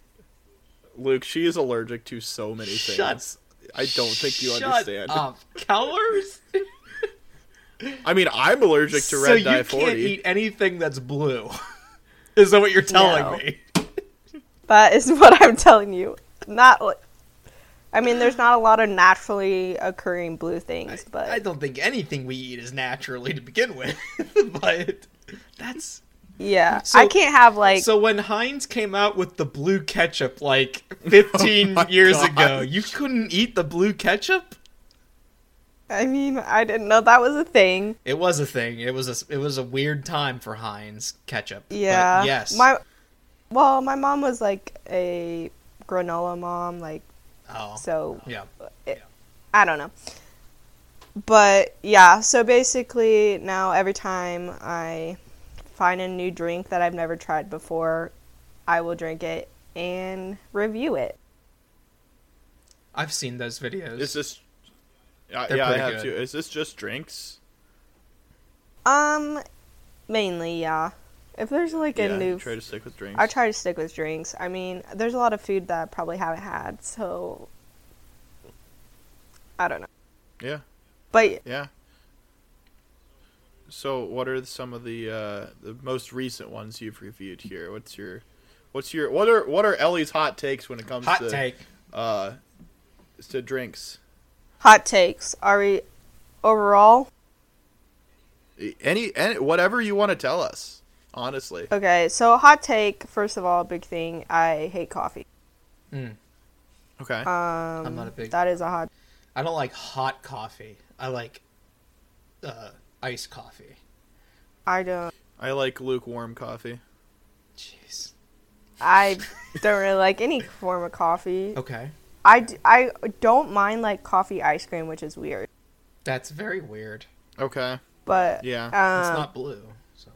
S2: Luke, she is allergic to so many
S1: Shut-
S2: things. I don't think you
S1: Shut
S2: understand.
S1: Up. Colors?
S2: I mean, I'm allergic to
S1: so
S2: red
S1: you
S2: dye
S1: can't
S2: 40.
S1: eat anything that's blue. Is that what you're telling
S3: No.
S1: me?
S3: That is what I'm telling you. Not like, I mean, there's not a lot of naturally occurring blue things, but
S1: I don't think anything we eat is naturally to begin with. but that's
S3: yeah,
S1: So-
S3: I can't have like
S1: so when Heinz came out with the blue ketchup like 15
S2: Oh my
S1: years
S2: God.
S1: ago, you couldn't eat the blue ketchup?
S3: I mean, I didn't know that was a thing.
S1: It was a thing. It was a it was a weird time for Heinz ketchup. But
S3: Yeah.
S1: yes.
S3: My well, my mom was like a granola mom, like
S1: oh.
S3: so
S1: yeah.
S3: I don't know. But yeah, so basically now every time I find a new drink that I've never tried before, I will drink it and review it.
S1: I've seen those videos.
S2: Is this? Uh,
S1: They're
S2: yeah, I
S1: pretty
S2: have
S1: good.
S2: to. Is this just drinks?
S3: Um, mainly, yeah. If there's like a
S2: yeah, you
S3: new,
S2: try to stick with drinks.
S3: I try to stick with drinks. I mean, there's a lot of food that I probably haven't had, so I don't know.
S2: Yeah,
S3: But
S2: yeah. So, what are some of the uh, the most recent ones you've reviewed here? What's your, what's your, what are what are Ellie's hot takes when it comes
S1: Hot
S2: to
S1: take.
S2: uh, to drinks?
S3: hot takes are we overall
S2: Any, any whatever you want to tell us, honestly.
S3: okay? So hot take first of all, big thing. I hate coffee.
S2: Okay.
S3: Um,
S1: not a big-
S3: That is a hot.
S1: I don't like hot coffee. I like uh, iced coffee.
S3: I don't.
S2: I like lukewarm coffee.
S1: Jeez.
S3: I don't really like any form of coffee.
S1: Okay.
S3: I, d- I don't mind like coffee ice cream, which is weird.
S1: That's very weird.
S2: Okay.
S3: But
S2: Yeah.
S3: um,
S1: it's not blue. So.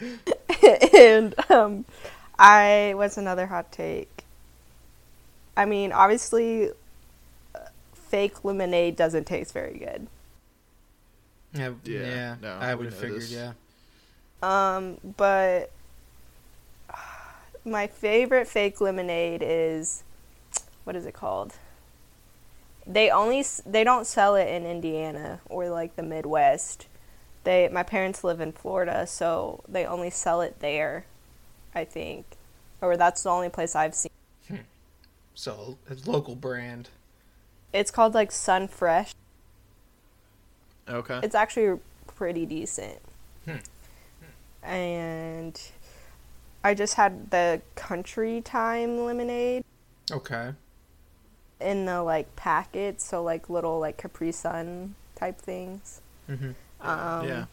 S3: and um, I what's another hot take. I mean, obviously, uh, fake lemonade doesn't taste very good.
S1: Yeah.
S2: Yeah,
S1: yeah
S2: no,
S1: I
S2: we
S1: would have
S2: know
S1: figured,
S2: this.
S1: yeah.
S3: Um, but my favorite fake lemonade is what is it called? They only s- they don't sell it in Indiana or like the Midwest. They my parents live in Florida, so they only sell it there, I think. Or that's the only place I've seen.
S1: So, a local brand.
S3: It's called like Sun Fresh. uh,
S2: Okay.
S3: It's actually pretty decent. And I just had the country time lemonade
S1: Okay.
S3: in the like packets, so like little like Capri Sun type things.
S1: hmm
S3: Um,
S2: yeah.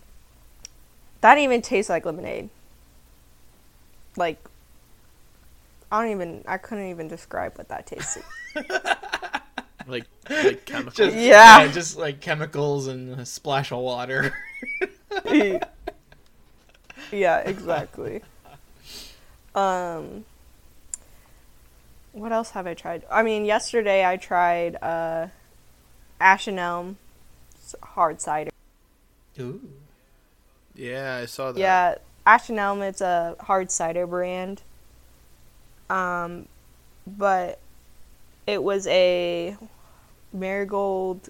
S3: That even tastes like lemonade. Like I don't even I couldn't even describe what that tasted.
S2: Like like chemical.
S1: Just,
S3: Yeah.
S1: Just like chemicals and a splash of water.
S3: yeah, exactly. Um, what else have I tried? I mean, yesterday I tried uh, Ash and Elm s- hard cider.
S1: Ooh.
S2: yeah, I saw that.
S3: Yeah, Ash and Elm. It's a hard cider brand. Um, but it was a marigold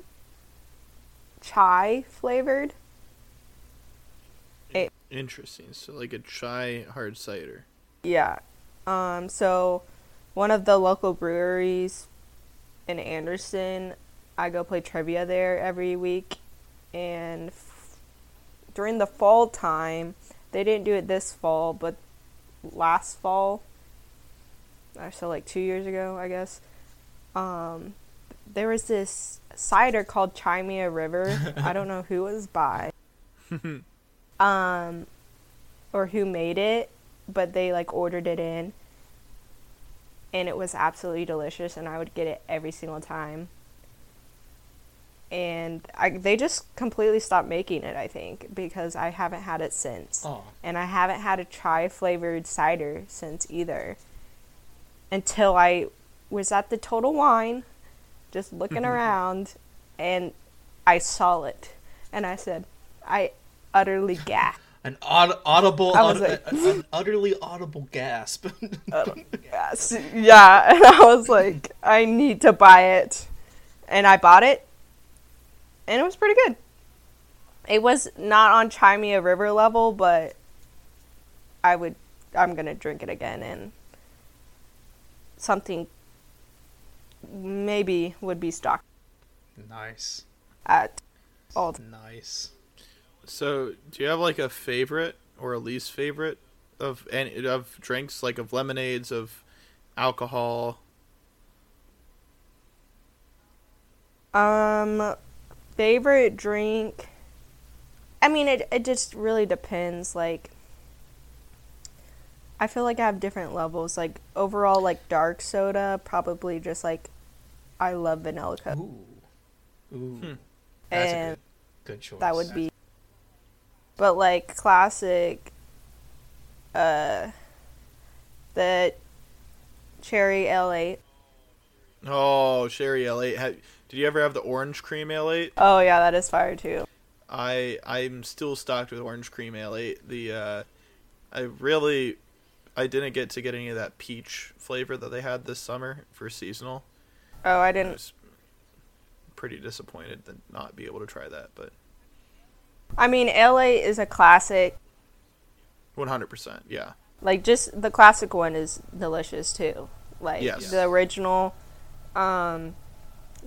S3: chai flavored.
S2: Interesting. So like a chai hard cider.
S3: Yeah. Um, so one of the local breweries in Anderson, I go play trivia there every week. And f- during the fall time, they didn't do it this fall, but last fall, or so like two years ago, I guess, um, there was this cider called Chimea River. I don't know who it was by um, or who made it, but they like ordered it in, and it was absolutely delicious, and I would get it every single time. And I, they just completely stopped making it, I think, because I haven't had it since,
S1: Oh,
S3: and I haven't had a chai flavored cider since either. Until I was at the Total Wine, just looking around, and I saw it, and I said, I utterly gasped.
S1: an aud- audible,
S3: I was
S1: aud-
S3: like-
S1: a- a- an utterly audible gasp.
S3: Yes. Yeah. And I was like, I need to buy it. And I bought it. And it was pretty good. It was not on Chimea River level, but I would I'm gonna drink it again and something maybe would be stocked
S1: nice,
S3: at all
S1: nice.
S2: So do you have like a favorite or a least favorite of any of drinks like of lemonades of alcohol?
S3: Um, favorite drink. I mean, it it just really depends. Like, I feel like I have different levels. Like overall, like dark soda, probably just like I love vanilla coke,
S1: Ooh, ooh,
S2: Hmm.
S1: that's a
S3: and
S1: good, good choice.
S3: that would be. But like classic, uh, the cherry L eight.
S2: Oh, sherry L8. Ha- Did you ever have the orange cream L8?
S3: Oh yeah, that is fire too.
S2: I I'm still stocked with orange cream L8. The uh, I really I didn't get to get any of that peach flavor that they had this summer for seasonal.
S3: Oh, I
S2: I
S3: didn't.
S2: was pretty disappointed to not be able to try that, but
S3: I mean, L eight is a classic.
S2: 100%. Yeah.
S3: like just the classic one is delicious too like
S2: Yes.
S3: the original um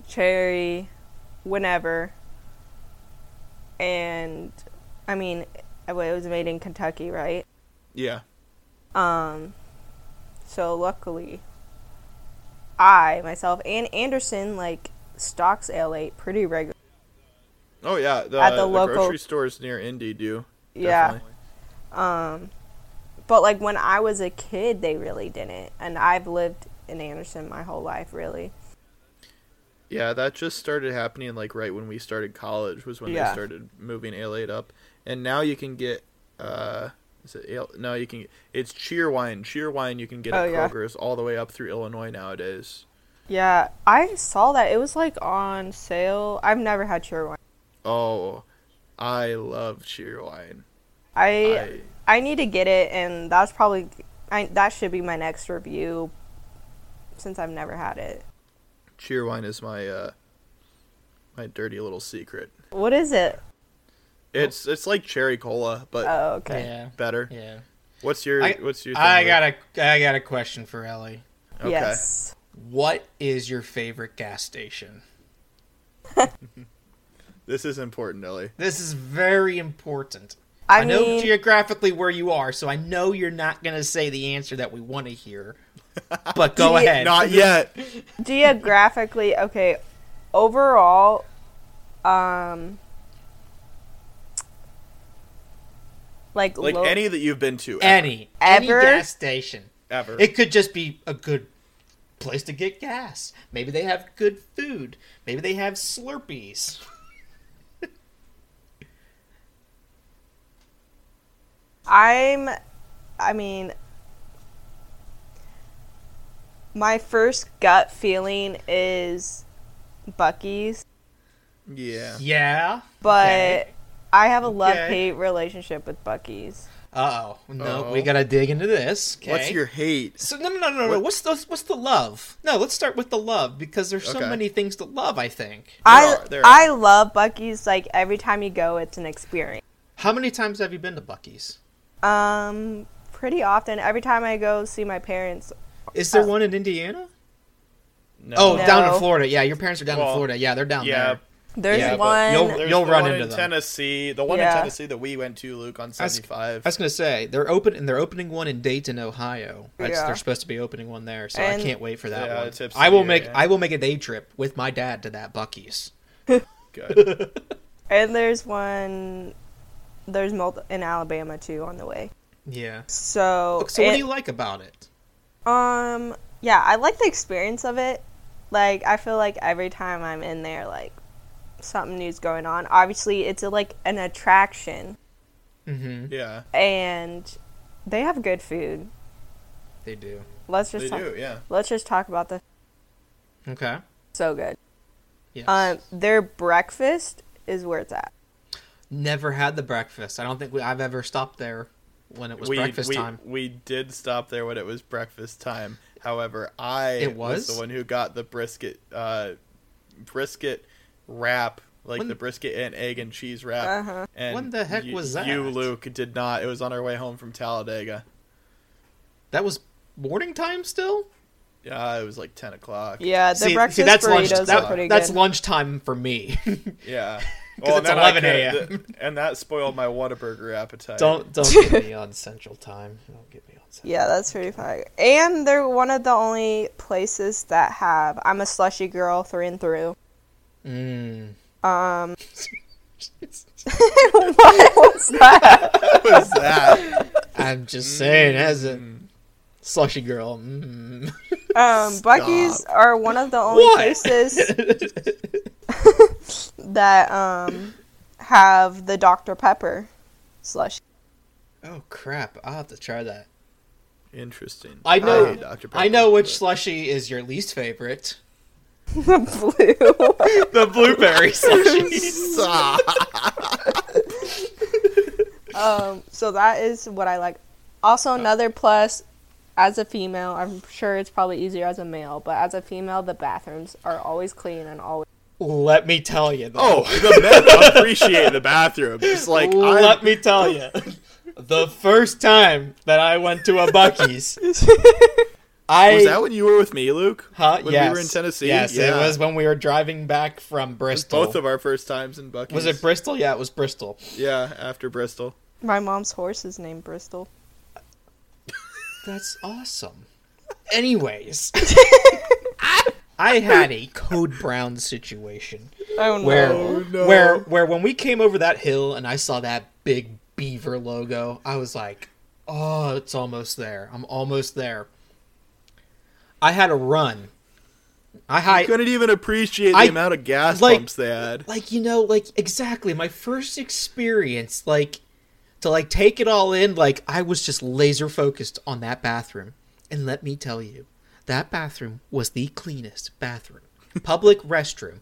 S3: cherry whenever and i mean it was made in kentucky right
S2: Yeah.
S3: um, so luckily, I myself and Anderson like stocks L8 pretty regular.
S2: Oh yeah, the,
S3: At the
S2: the
S3: local-
S2: grocery stores near Indy do.
S3: Yeah,
S2: definitely.
S3: but like when I was a kid, they really didn't, and I've lived in Anderson my whole life, really.
S2: Yeah, that just started happening like right when we started college was when they
S3: Yeah.
S2: started moving L8 up. And now you can get uh is it Ale? No, you can it's cheer wine. Cheer wine you can get
S3: Oh,
S2: at
S3: yeah.
S2: Kroger's all the way up through Illinois nowadays.
S3: Yeah, I saw that. It was like on sale. I've never had cheer wine.
S2: Oh, I love cheer wine.
S3: I
S2: I
S3: I need to get it, and that's probably I, that should be my next review since I've never had it.
S2: cheer wine is my uh my dirty little secret.
S3: What is it?
S2: It's it's like cherry cola but
S3: Oh, okay.
S1: Yeah,
S2: better.
S1: yeah.
S2: What's your
S1: I-
S2: what's your
S1: I
S2: thing,
S1: got a, I got a question for Ellie.
S2: Luke? Okay.
S3: Yes.
S1: What is your favorite gas station?
S2: This is important, Ellie.
S1: This is very important.
S3: I,
S1: I, know
S3: mean,
S1: geographically where you are, so I know you're not going to say the answer that we want to hear. But go
S3: Do you-
S1: ahead.
S2: Not yet.
S3: geographically, okay. Overall, um, like
S2: Like
S3: lo-
S2: any that you've been to ever.
S1: any any
S3: Ever?
S1: gas station.
S2: ever.
S1: It could just be a good place to get gas. Maybe they have good food. Maybe they have Slurpees.
S3: I'm, I mean, my first gut feeling is Bucky's,
S2: yeah.
S1: Yeah.
S3: but
S1: Okay.
S3: I have a love
S1: Okay.
S3: hate relationship with Bucky's.
S1: Oh no,
S2: Uh-oh.
S1: we gotta dig into this. 'kay?
S2: What's your hate?
S1: So no, no, no, no, no. What's the what's the love? No, let's start with the love because there's so
S2: Okay.
S1: many things to love. I think.
S3: I
S2: are, there are.
S3: I love Bucky's. Like every time you go, it's an experience.
S1: How many times have you been to Bucky's?
S3: Um, pretty often. Every time I go see my parents.
S1: Is there
S3: Uh,
S1: one in Indiana?
S2: No.
S1: Oh,
S3: No.
S1: down in Florida. Yeah, your parents are down in
S4: Well,
S1: Florida. Yeah, they're down
S4: yeah,
S1: there.
S3: There's
S1: Yeah,
S3: one.
S1: but you'll-
S4: There's
S1: You'll
S4: the
S1: run
S4: one
S1: into
S4: in
S1: them.
S4: Tennessee, the one
S3: Yeah.
S4: in Tennessee that we went to, Luke, on
S1: That's-
S2: seventy-five.
S1: I was gonna say they're open and they're opening one in Dayton, Ohio. That's,
S3: Yeah.
S1: They're supposed to be opening one there, so
S3: And-
S1: I can't wait for that
S2: Yeah,
S1: one.
S2: it's hipster
S1: I will
S2: year,
S1: make
S2: yeah.
S1: I will make a day trip with my dad to that Bucky's.
S2: Good.
S3: And there's one. There's multi in Alabama too on the way.
S1: Yeah.
S3: So,
S1: So what
S3: it-
S1: do you like about it?
S3: um, yeah, I like the experience of it. Like I feel like every time I'm in there, like something new's going on. Obviously, it's a, like an attraction,
S1: Mm-hmm.
S2: yeah,
S3: and they have good food.
S1: They do.
S3: Let's just
S2: they
S3: talk,
S2: do. Yeah.
S3: let's just talk about the
S1: Okay.
S3: so good.
S1: Yes.
S3: Um, their breakfast is where it's at.
S1: Never had the breakfast. I don't think we, I've ever stopped there when it was breakfast
S2: we,
S1: time.
S2: We did stop there when it was breakfast time. However, I
S1: It was?
S2: the one who got the brisket, uh, brisket wrap, like
S1: When-
S2: the brisket and egg and cheese wrap.
S3: Uh-huh.
S2: And
S1: When the heck
S2: you-
S1: was that?
S2: You, Luke, did not. It was on our way home from Talladega.
S1: That was morning time still.
S2: Yeah, it was like ten o'clock.
S3: Yeah, the
S1: see,
S3: breakfast
S1: see, that's lunch.
S3: burritos
S1: that-
S3: are pretty
S1: that's
S3: good.
S1: lunchtime for me.
S2: Yeah.
S1: 'Cause it's
S2: and then I
S1: 11
S2: could-
S1: a.m..
S2: th- And that spoiled my Whataburger appetite.
S1: don't don't get me on Central Time. Don't get me on Central.
S3: yeah, that's pretty fun. And they're one of the only places that have. I'm a slushy girl through and through.
S1: Mm.
S3: Um, what was that?
S2: What was that?
S1: I'm just saying, as a slushy girl. Mm.
S3: Um, Bucky's are one of the only
S1: What?
S3: places that um have the Dr Pepper slush.
S1: oh crap! I'll have to try that.
S2: Interesting.
S1: I know-
S2: hate Dr.
S1: I know
S2: Pepper,
S1: which
S2: but-
S1: slushy is your least favorite.
S3: The blue.
S1: The blueberry slushy.
S2: Stop.
S3: um, so that is what I like. Also, another plus as a female, I'm sure it's probably easier as a male, but as a female, the bathrooms are always clean and always.
S1: Let me tell you. Though.
S2: Oh, the men appreciate the bathroom. It's like
S1: let
S2: I'm,
S1: me tell you. The first time that I went to a Bucky's, I
S2: was that when you were with me, Luke?
S1: huh?
S2: When
S1: yes.
S2: we were in Tennessee.
S1: Yes,
S2: Yeah.
S1: it was when we were driving back from
S2: It was
S1: Bristol.
S2: both of our first times in Bucky's.
S1: was it Bristol? Yeah, it was Bristol.
S2: yeah, after Bristol.
S3: My mom's horse is named Bristol.
S1: That's awesome. Anyways, I had a code brown situation
S3: Oh no.
S1: where
S2: Oh, no.
S1: where where when we came over that hill and I saw that big beaver logo, I was like, "Oh, it's almost there. I'm almost there." I had to run. I
S2: I
S1: had
S2: couldn't even appreciate the
S1: I-
S2: amount of gas
S1: like-
S2: pumps they had.
S1: like you know like exactly my first experience like to like take it all in like i was just laser focused on that bathroom and let me tell you that bathroom was the cleanest bathroom public restroom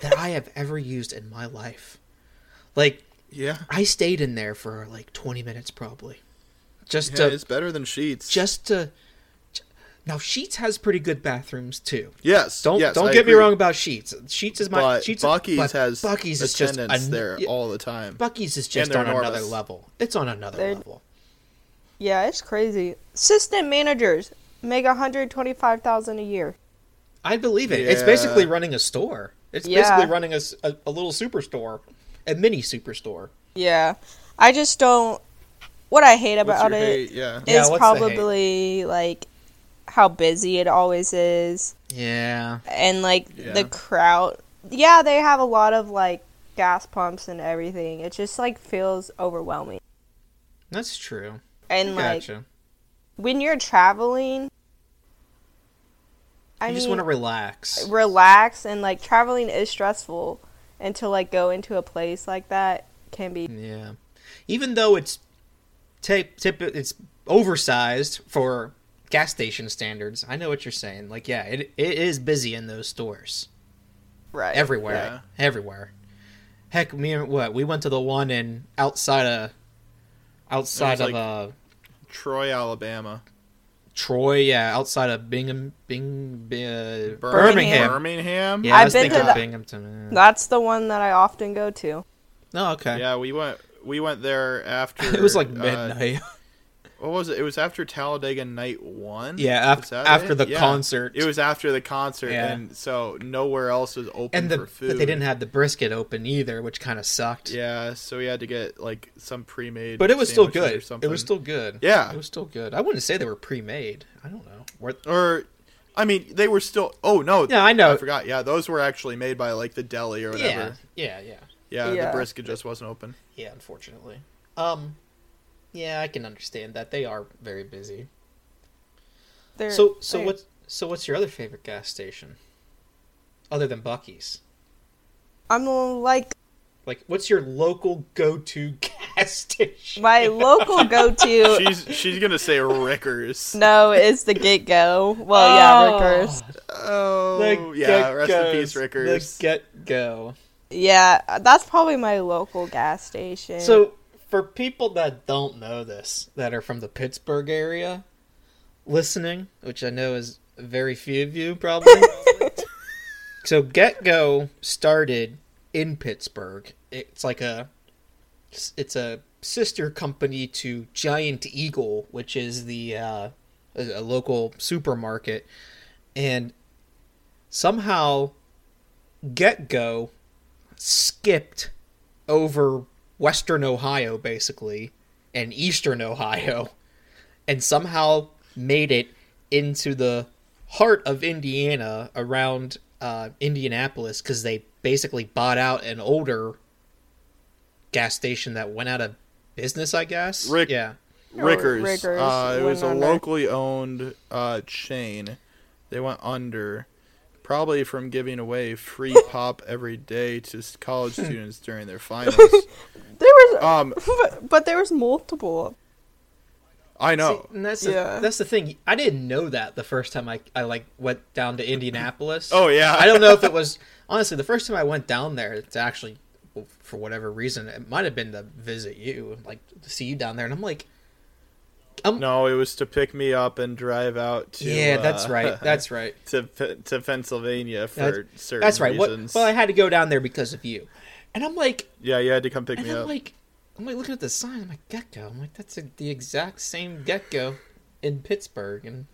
S1: that i have ever used in my life like
S2: Yeah.
S1: i stayed in there for like 20 minutes probably just
S2: Yeah,
S1: to
S2: it's better than sheets.
S1: just to now sheets has pretty good bathrooms too
S2: yes.
S1: don't
S2: yes,
S1: don't
S2: I
S1: get me
S2: agree.
S1: wrong about Sheets. Sheets is my
S2: But
S1: Sheets.
S2: Bucky's
S1: but
S2: has
S1: Bucky's is just
S2: attendance
S1: an-
S2: there
S1: yeah,
S2: all the time.
S1: Bucky's is just
S2: they're
S1: on another
S2: enormous.
S1: level. It's on another
S3: They're-
S1: level.
S3: Yeah, it's crazy. Assistant managers make 125,000 a year.
S1: I believe it. It's
S2: Yeah.
S1: basically running a store. It's
S3: Yeah.
S1: basically running a, s- a- a little superstore, a mini superstore.
S3: Yeah. I just don't what I hate
S2: What's
S3: about
S2: your
S3: it
S2: hate? Yeah.
S1: Yeah,
S3: is
S1: what's the hate?
S3: probably like how busy it always is
S1: Yeah.
S3: and like
S2: Yeah.
S3: the crowd. Yeah, they have a lot of like gas pumps and everything. It just like feels overwhelming.
S1: That's true.
S3: And like
S1: gotcha.
S3: when you're traveling I
S1: you just
S3: mean,
S1: want to relax.
S3: relax and like traveling is stressful and to like go into a place like that can be
S1: Yeah. Even though it's tip, tip it's oversized for gas station standards. I know what you're saying. Like yeah, it it is busy in those stores.
S3: right
S1: everywhere, everywhere. Heck, me and what we went to the one in outside of. outside
S2: There's,
S1: of uh,
S2: Troy, Alabama.
S1: Troy, yeah, outside of Bingham, Bing, Bi-
S2: Bur-
S1: Birmingham.
S2: Birmingham.
S1: Yeah, I
S3: I've
S1: was
S3: been
S1: thinking
S3: to the-
S1: Binghamton. Yeah.
S3: That's the one that I often go to.
S1: Oh, okay.
S2: Yeah, we went we went there after
S1: It was like
S2: uh,
S1: midnight.
S2: what was it? It was after Talladega Night One.
S1: yeah,
S2: Was
S1: af-
S2: that
S1: after
S2: it?
S1: the
S2: Yeah.
S1: concert.
S2: It was after the concert,
S1: Yeah.
S2: and so nowhere else was open
S1: and the
S2: for food.
S1: but they didn't have the brisket open either, which kind of sucked.
S2: Yeah, so we had to get like some pre-made.
S1: But it was still
S2: sandwiches Or
S1: good. It
S2: something.
S1: was still good.
S2: Yeah.
S1: It was still good. I wouldn't say they were pre-made. I don't know. Were-
S2: Or, I mean, they were still. Oh no.
S1: Yeah, I know.
S2: I forgot. Yeah, those were actually made by like the deli or
S1: yeah.
S2: whatever.
S1: Yeah, yeah.
S2: Yeah.
S3: Yeah.
S2: The brisket just wasn't open.
S1: Yeah, unfortunately. Um yeah, I can understand that. They are very busy.
S3: They're,
S1: So so
S3: they're-
S1: what's so what's your other favorite gas station? Other than Bucky's?
S3: I'm like
S1: Like what's your local go-to gas station?
S3: my local go to.
S2: She's she's gonna say Rickers.
S3: No, is the Get Go. Well,
S1: Oh.
S3: yeah, Rickers.
S2: Oh
S1: The
S2: yeah. Rest in
S1: Get-Go's.
S2: peace, Rickers.
S1: The get go.
S3: Yeah, that's probably my local gas station.
S1: So, for people that don't know this, that are from the Pittsburgh area, listening, which I know is very few of you probably. so, Get Go started in Pittsburgh. It's like a, it's a sister company to Giant Eagle, which is the uh, a a local supermarket, and somehow Get Go skipped over western Ohio, basically, and eastern Ohio, and somehow made it into the heart of Indiana around uh, Indianapolis because they basically bought out an older gas station that went out of business, I guess.
S2: Rick-
S1: Yeah.
S2: Rickers.
S3: Rickers
S2: Uh, it
S3: went
S2: was a
S3: under.
S2: locally owned uh, chain. They went under, probably from giving away free pop every day to s- college
S3: Hmm.
S2: students during their finals.
S3: there was,
S2: Um,
S1: Oh.
S3: but, but there was multiple.
S2: I know.
S1: And that's the,
S3: Yeah.
S1: that's the thing. I didn't know that the first time I, I like went down to Indianapolis.
S2: Oh yeah.
S1: I don't know if it was honestly the first time I went down there to actually, for whatever reason, it might have been to visit you, like to see you down there, and I'm like,
S2: No, it was to pick me up and drive out to.
S1: yeah, that's
S2: uh,
S1: right, that's right,
S2: to Pe- to Pennsylvania for
S1: That's-
S2: certain
S1: that's right. What,
S2: reasons.
S1: well, I had to go down there because of you, and I'm like,
S2: yeah, you had to come pick
S1: and
S2: me
S1: I'm
S2: up.
S1: like, I'm like looking at the sign, I'm like gecko, I'm like that's the exact same gecko in Pittsburgh, and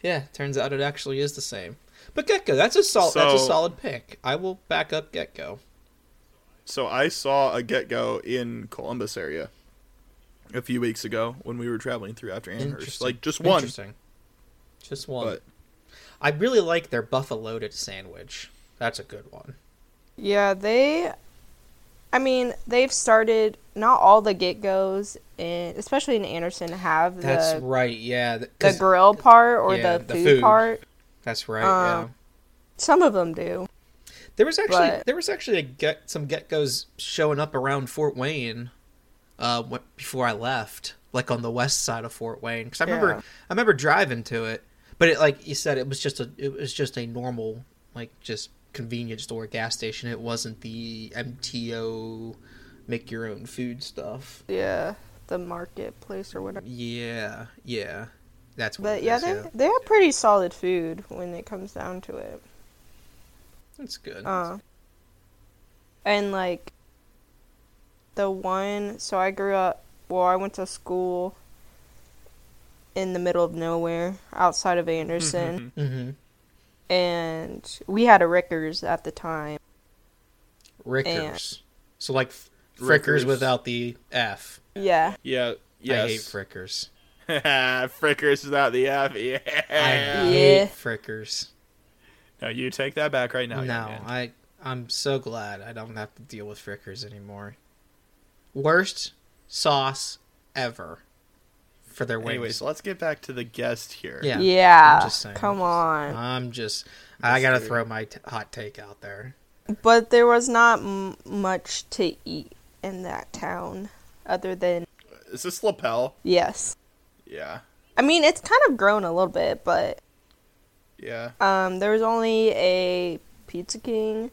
S1: yeah, turns out it actually is the same. But gecko, that's a sol- that's a
S2: So-
S1: solid pick. I will back up gecko.
S2: So I saw a get go in Columbus area a few weeks ago when we were traveling through after Amherst.
S1: Interesting.
S2: Like just one,
S1: Interesting. Just one.
S2: but
S1: I really like their buffaloed sandwich. That's a good one.
S3: Yeah, they. I mean, they've started. Not all the Get Go's, in, especially in Anderson, have the
S1: That's right. Yeah. th-
S3: the
S1: 'cause-
S3: grill part or
S1: yeah,
S3: the,
S1: the
S3: food
S1: food.
S3: part.
S1: That's right.
S3: um, Some of them do.
S1: yeah. There was actually
S3: but-
S1: there was actually a get some get goes showing up around Fort Wayne, uh, wh- before I left, like on the west side of Fort Wayne, because I remember
S3: Yeah.
S1: I remember driving to it, but it like you said, it was just a it was just a normal like just convenience store gas station. It wasn't the MTO make your own food stuff.
S3: Yeah, the marketplace or whatever.
S1: Yeah, yeah, that's what.
S3: But
S1: it
S3: yeah,
S1: is,
S3: they they have pretty solid food when it comes down to it.
S1: That's good.
S3: Uh, and like the one, so I grew up, well, I went to school in the middle of nowhere outside of Anderson,
S1: mm-hmm.
S3: and we had a Rickers at the time.
S1: Rickers. So like f- frickers
S2: Frickers.
S1: without the F.
S3: Yeah.
S2: yeah,
S1: I
S2: yes.
S1: hate frickers.
S2: Frickers without the F.
S1: I
S2: Yeah.
S1: hate
S3: Yeah.
S1: frickers.
S2: No, you take that back right now.
S1: No,
S2: young man.
S1: I I'm so glad I don't have to deal with frickers anymore. Worst sauce ever for their wings.
S2: Anyways, let's get back to the guest here.
S1: yeah.
S3: Yeah.
S1: I'm just saying.
S3: Come on.
S1: I'm just I got to
S2: Mr.
S1: throw my t- hot take out there.
S3: But there was not m- much to eat in that town other than
S2: Is this lapel?
S3: yes.
S2: Yeah.
S3: I mean, it's kind of grown a little bit, but
S2: Yeah.
S3: Um, there was only a Pizza King,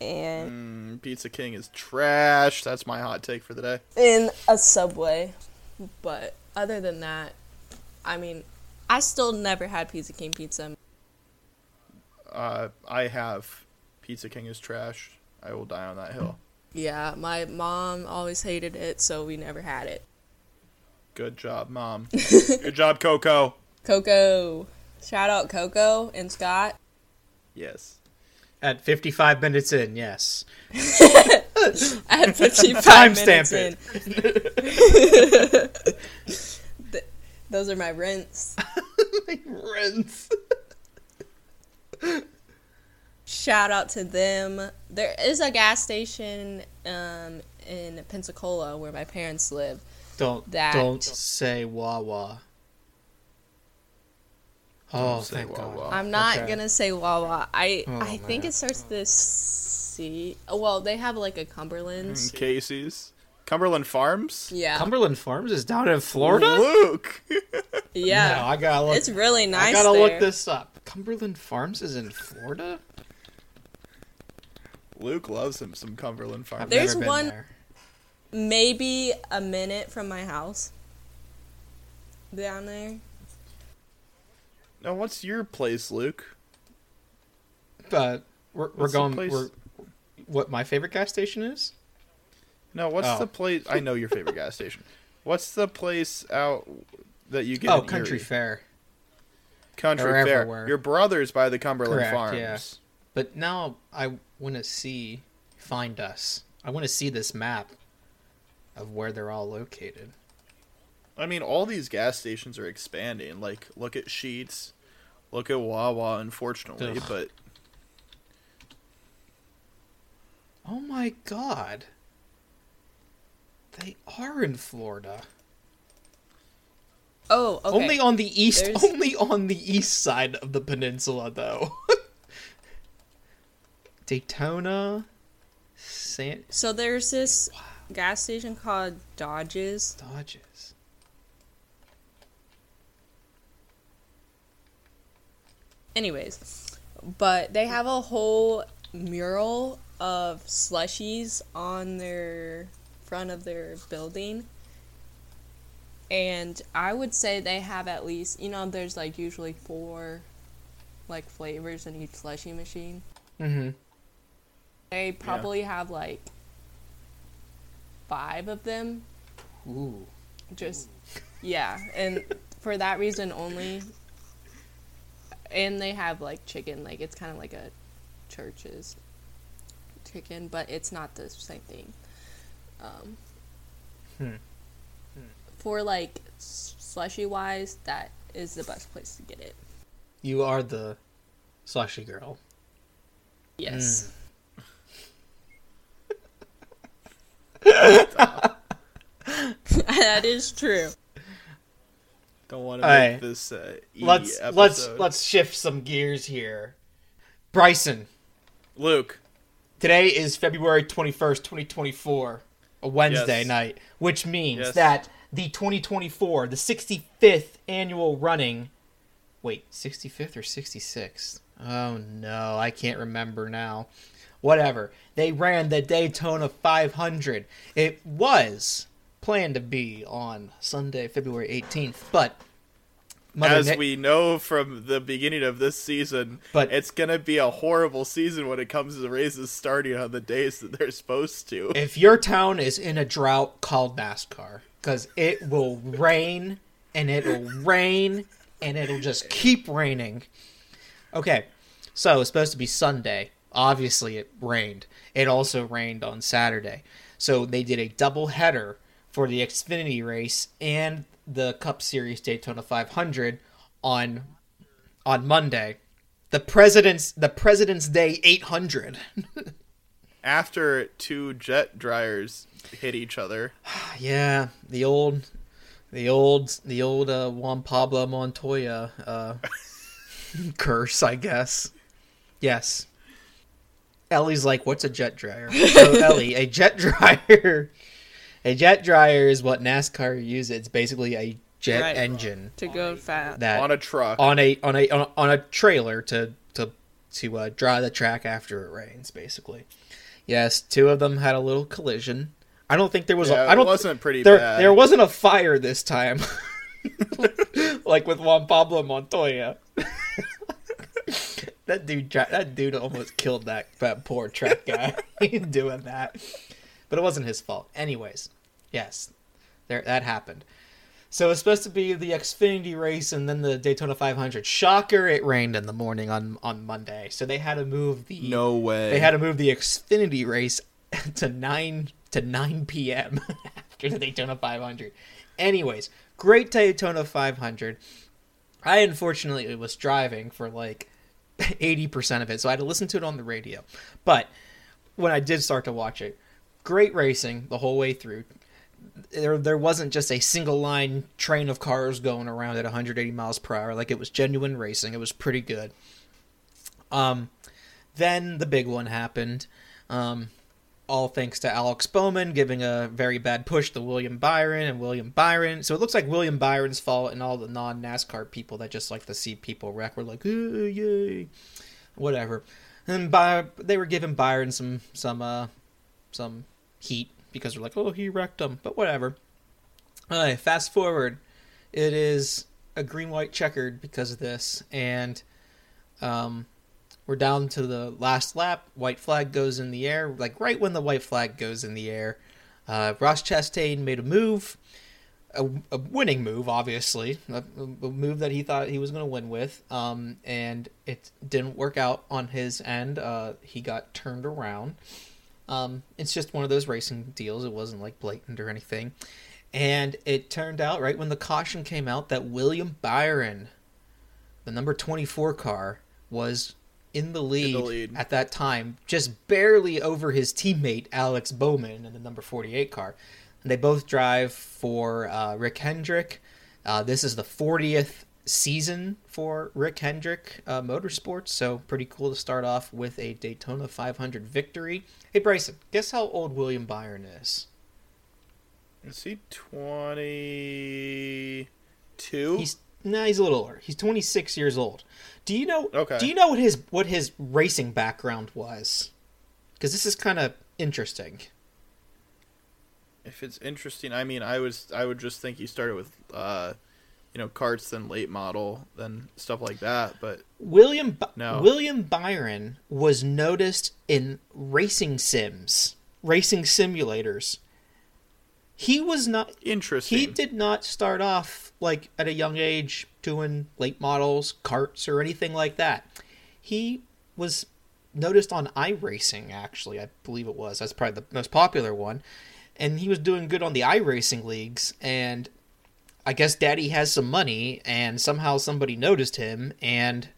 S3: and
S2: Mm, Pizza King is trash. That's my hot take for the day.
S3: in a subway. But other than that, I mean, I still never had Pizza King pizza.
S2: Uh, I have Pizza King is trash. I will die on that hill.
S3: Yeah, my mom always hated it, so we never had it.
S2: Good job, mom. Good job, Coco.
S3: Coco. Shout out Coco and Scott.
S2: Yes.
S1: At 55 minutes in, yes.
S3: I had 55 minutes
S1: Timestamp
S3: in.
S1: it.
S3: Th- those are my rents.
S1: Rinse.
S3: Shout out to them. There is a gas station um, in Pensacola where my parents live.
S1: Don't
S3: That-
S1: don't say Wawa. Oh,
S2: Don't say
S1: thank God.
S2: Wawa.
S3: I'm not
S1: okay.
S3: gonna say Wawa. I
S1: Oh,
S3: I think
S1: man.
S3: it starts with a C. Oh, Well, they have like a Cumberland's.
S1: Mm,
S2: And Casey's. Cumberland Farms?
S3: Yeah,
S1: Cumberland Farms is down in Florida.
S2: Luke!
S1: No,
S3: yeah.
S1: I gotta look.
S3: it's really nice.
S1: I gotta
S3: there.
S1: look this up. Cumberland Farms is in Florida.
S2: Luke loves him some Cumberland
S1: I've
S2: Farms.
S3: There's
S1: never been
S3: one-
S1: there.
S3: Maybe a minute from my house. Down there.
S2: Now, what's your place, Luke?
S1: but we're, we're
S2: What's the
S1: going.
S2: place-
S1: We're, what my favorite gas station is?
S2: No, what's
S1: Oh.
S2: the place? I know your favorite gas station. What's the place out that you get?
S1: oh,
S2: in
S1: Country
S2: Erie?
S1: Fair.
S2: Country
S1: They're
S2: Fair.
S1: everywhere.
S2: Your brother's by the Cumberland
S1: Correct,
S2: Farms.
S1: yeah. But now I want to see find us. I want to see this map of where they're all located.
S2: I mean, all these gas stations are expanding. Like, look at Sheets, look at Wawa. Unfortunately,
S1: Ugh.
S2: but
S1: Oh my god. They are in Florida.
S3: Oh, okay.
S1: Only on the east
S3: There's-
S1: only on the east side of the peninsula though. Daytona San
S3: so there's this gas station called Dodges.
S1: Dodges.
S3: Anyways, but they have a whole mural of slushies on their front of their building. And I would say they have at least, you know, there's like usually four like flavors in each slushie machine.
S1: Mhm.
S3: They probably have like five of them
S1: Ooh.
S3: just yeah and for that reason only and they have like chicken like it's kind of like a church's chicken but it's not the same thing um
S1: Hmm.
S3: for like slushy wise that is the best place to get it
S1: You are the slushy girl. Hmm.
S3: yes that is true
S2: don't want to
S1: All
S2: make
S1: right.
S2: this. Uh, e
S1: let's let's
S2: episode.
S1: let's shift some gears here. Bryson,
S2: Luke.
S1: today is February 21st, 2024, a Wednesday
S2: Yes.
S1: night, which means
S2: Yes.
S1: that the 2024, the 65th annual running wait, 65th or 66th? Oh no, I can't remember now. Whatever. They ran the Daytona 500. It was planned to be on Sunday, February 18th, but Mother
S2: As
S1: Na-
S2: we know from the beginning of this season,
S1: But-
S2: it's gonna be a horrible season when it comes to races starting on the days that they're supposed to.
S1: if your town is in a drought, call NASCAR because it will rain and it'll rain and it'll just keep raining. Okay, so it's supposed to be Sunday. Obviously, it rained. It also rained on Saturday. So they did a double header for the Xfinity race and the Cup Series Daytona 500 on on Monday. The president's the President's Day 800.
S2: After two jet dryers hit each other,
S1: Yeah, the old, the old, the old uh, Juan Pablo Montoya uh, curse, I guess. Yes. Ellie's like, "What's a jet dryer?" So Ellie, a jet dryer, a jet dryer is what NASCAR uses. It's basically a jet
S3: Right.
S1: engine
S3: to go fast
S1: that
S2: on a truck,
S1: on a on a on a, on a trailer to to to uh, dry the track after it rains, basically. Yes, two of them had a little collision. I don't think there was.
S2: Yeah,
S1: a, I don't.
S2: it wasn't pretty
S1: there,
S2: bad.
S1: there wasn't a fire this time, like with Juan Pablo Montoya. that dude, tra- that dude almost killed that that poor track guy doing that, but it wasn't his fault. Anyways, yes, there that happened. So it's supposed to be the Xfinity race and then the Daytona 500. Shocker! It rained in the morning on on Monday, so they had to move the
S2: no way.
S1: they had to move the Xfinity race to nine to nine p.m. after the Daytona 500. Anyways, great Daytona 500. I unfortunately was driving for like 80% of it, so I had to listen to it on the radio. But when I did start to watch it, great racing the whole way through. There, there wasn't just a single line train of cars going around at 180 miles per hour. Like it was genuine racing. It was pretty good. Um, then the big one happened. Um, all thanks to Alex Bowman giving a very bad push to William Byron and William Byron. So it looks like William Byron's fault and all the non NASCAR people that just like to see people wreck were like, "Ooh, yay, whatever. And by, they were giving Byron some some uh some heat because they're like, oh, he wrecked him, but whatever. All right, fast forward, it is a green white checkered because of this, and um, we're down to the last lap. White flag goes in the air. Like right when the white flag goes in the air, uh, Ross Chastain made a move, a, a winning move, obviously, a, a move that he thought he was going to win with, um, and it didn't work out on his end. Uh, he got turned around. Um, it's just one of those racing deals. It wasn't like blatant or anything. And it turned out right when the caution came out that William Byron, the number 24 car, was in the lead,
S2: lead.
S1: at that time, just barely over his teammate Alex Bowman in the number 48 car. And they both drive for uh, Rick Hendrick. Uh, this is the 40th season for Rick Hendrick uh, Motorsports, so pretty cool to start off with a Daytona 500 victory. Hey, Bryson, guess how old William Byron is?
S2: Is he twenty-two?
S1: He's no, he's a little older. He's 26 years old. Do you know?
S2: Okay.
S1: Do you know what his what his racing background was? Because this is kind of interesting.
S2: If it's interesting, I mean, I was, I would just think you started with, uh, you know, carts, then late model, then stuff like that. But
S1: William Bi-
S2: No.
S1: William Byron was noticed in racing sims, racing simulators. He was not
S2: interesting.
S1: he did not start off like at a young age doing late models, carts or anything like that. He was noticed on iRacing actually, I believe it was. That's probably the most popular one. And he was doing good on the iRacing leagues and I guess daddy has some money and somehow somebody noticed him and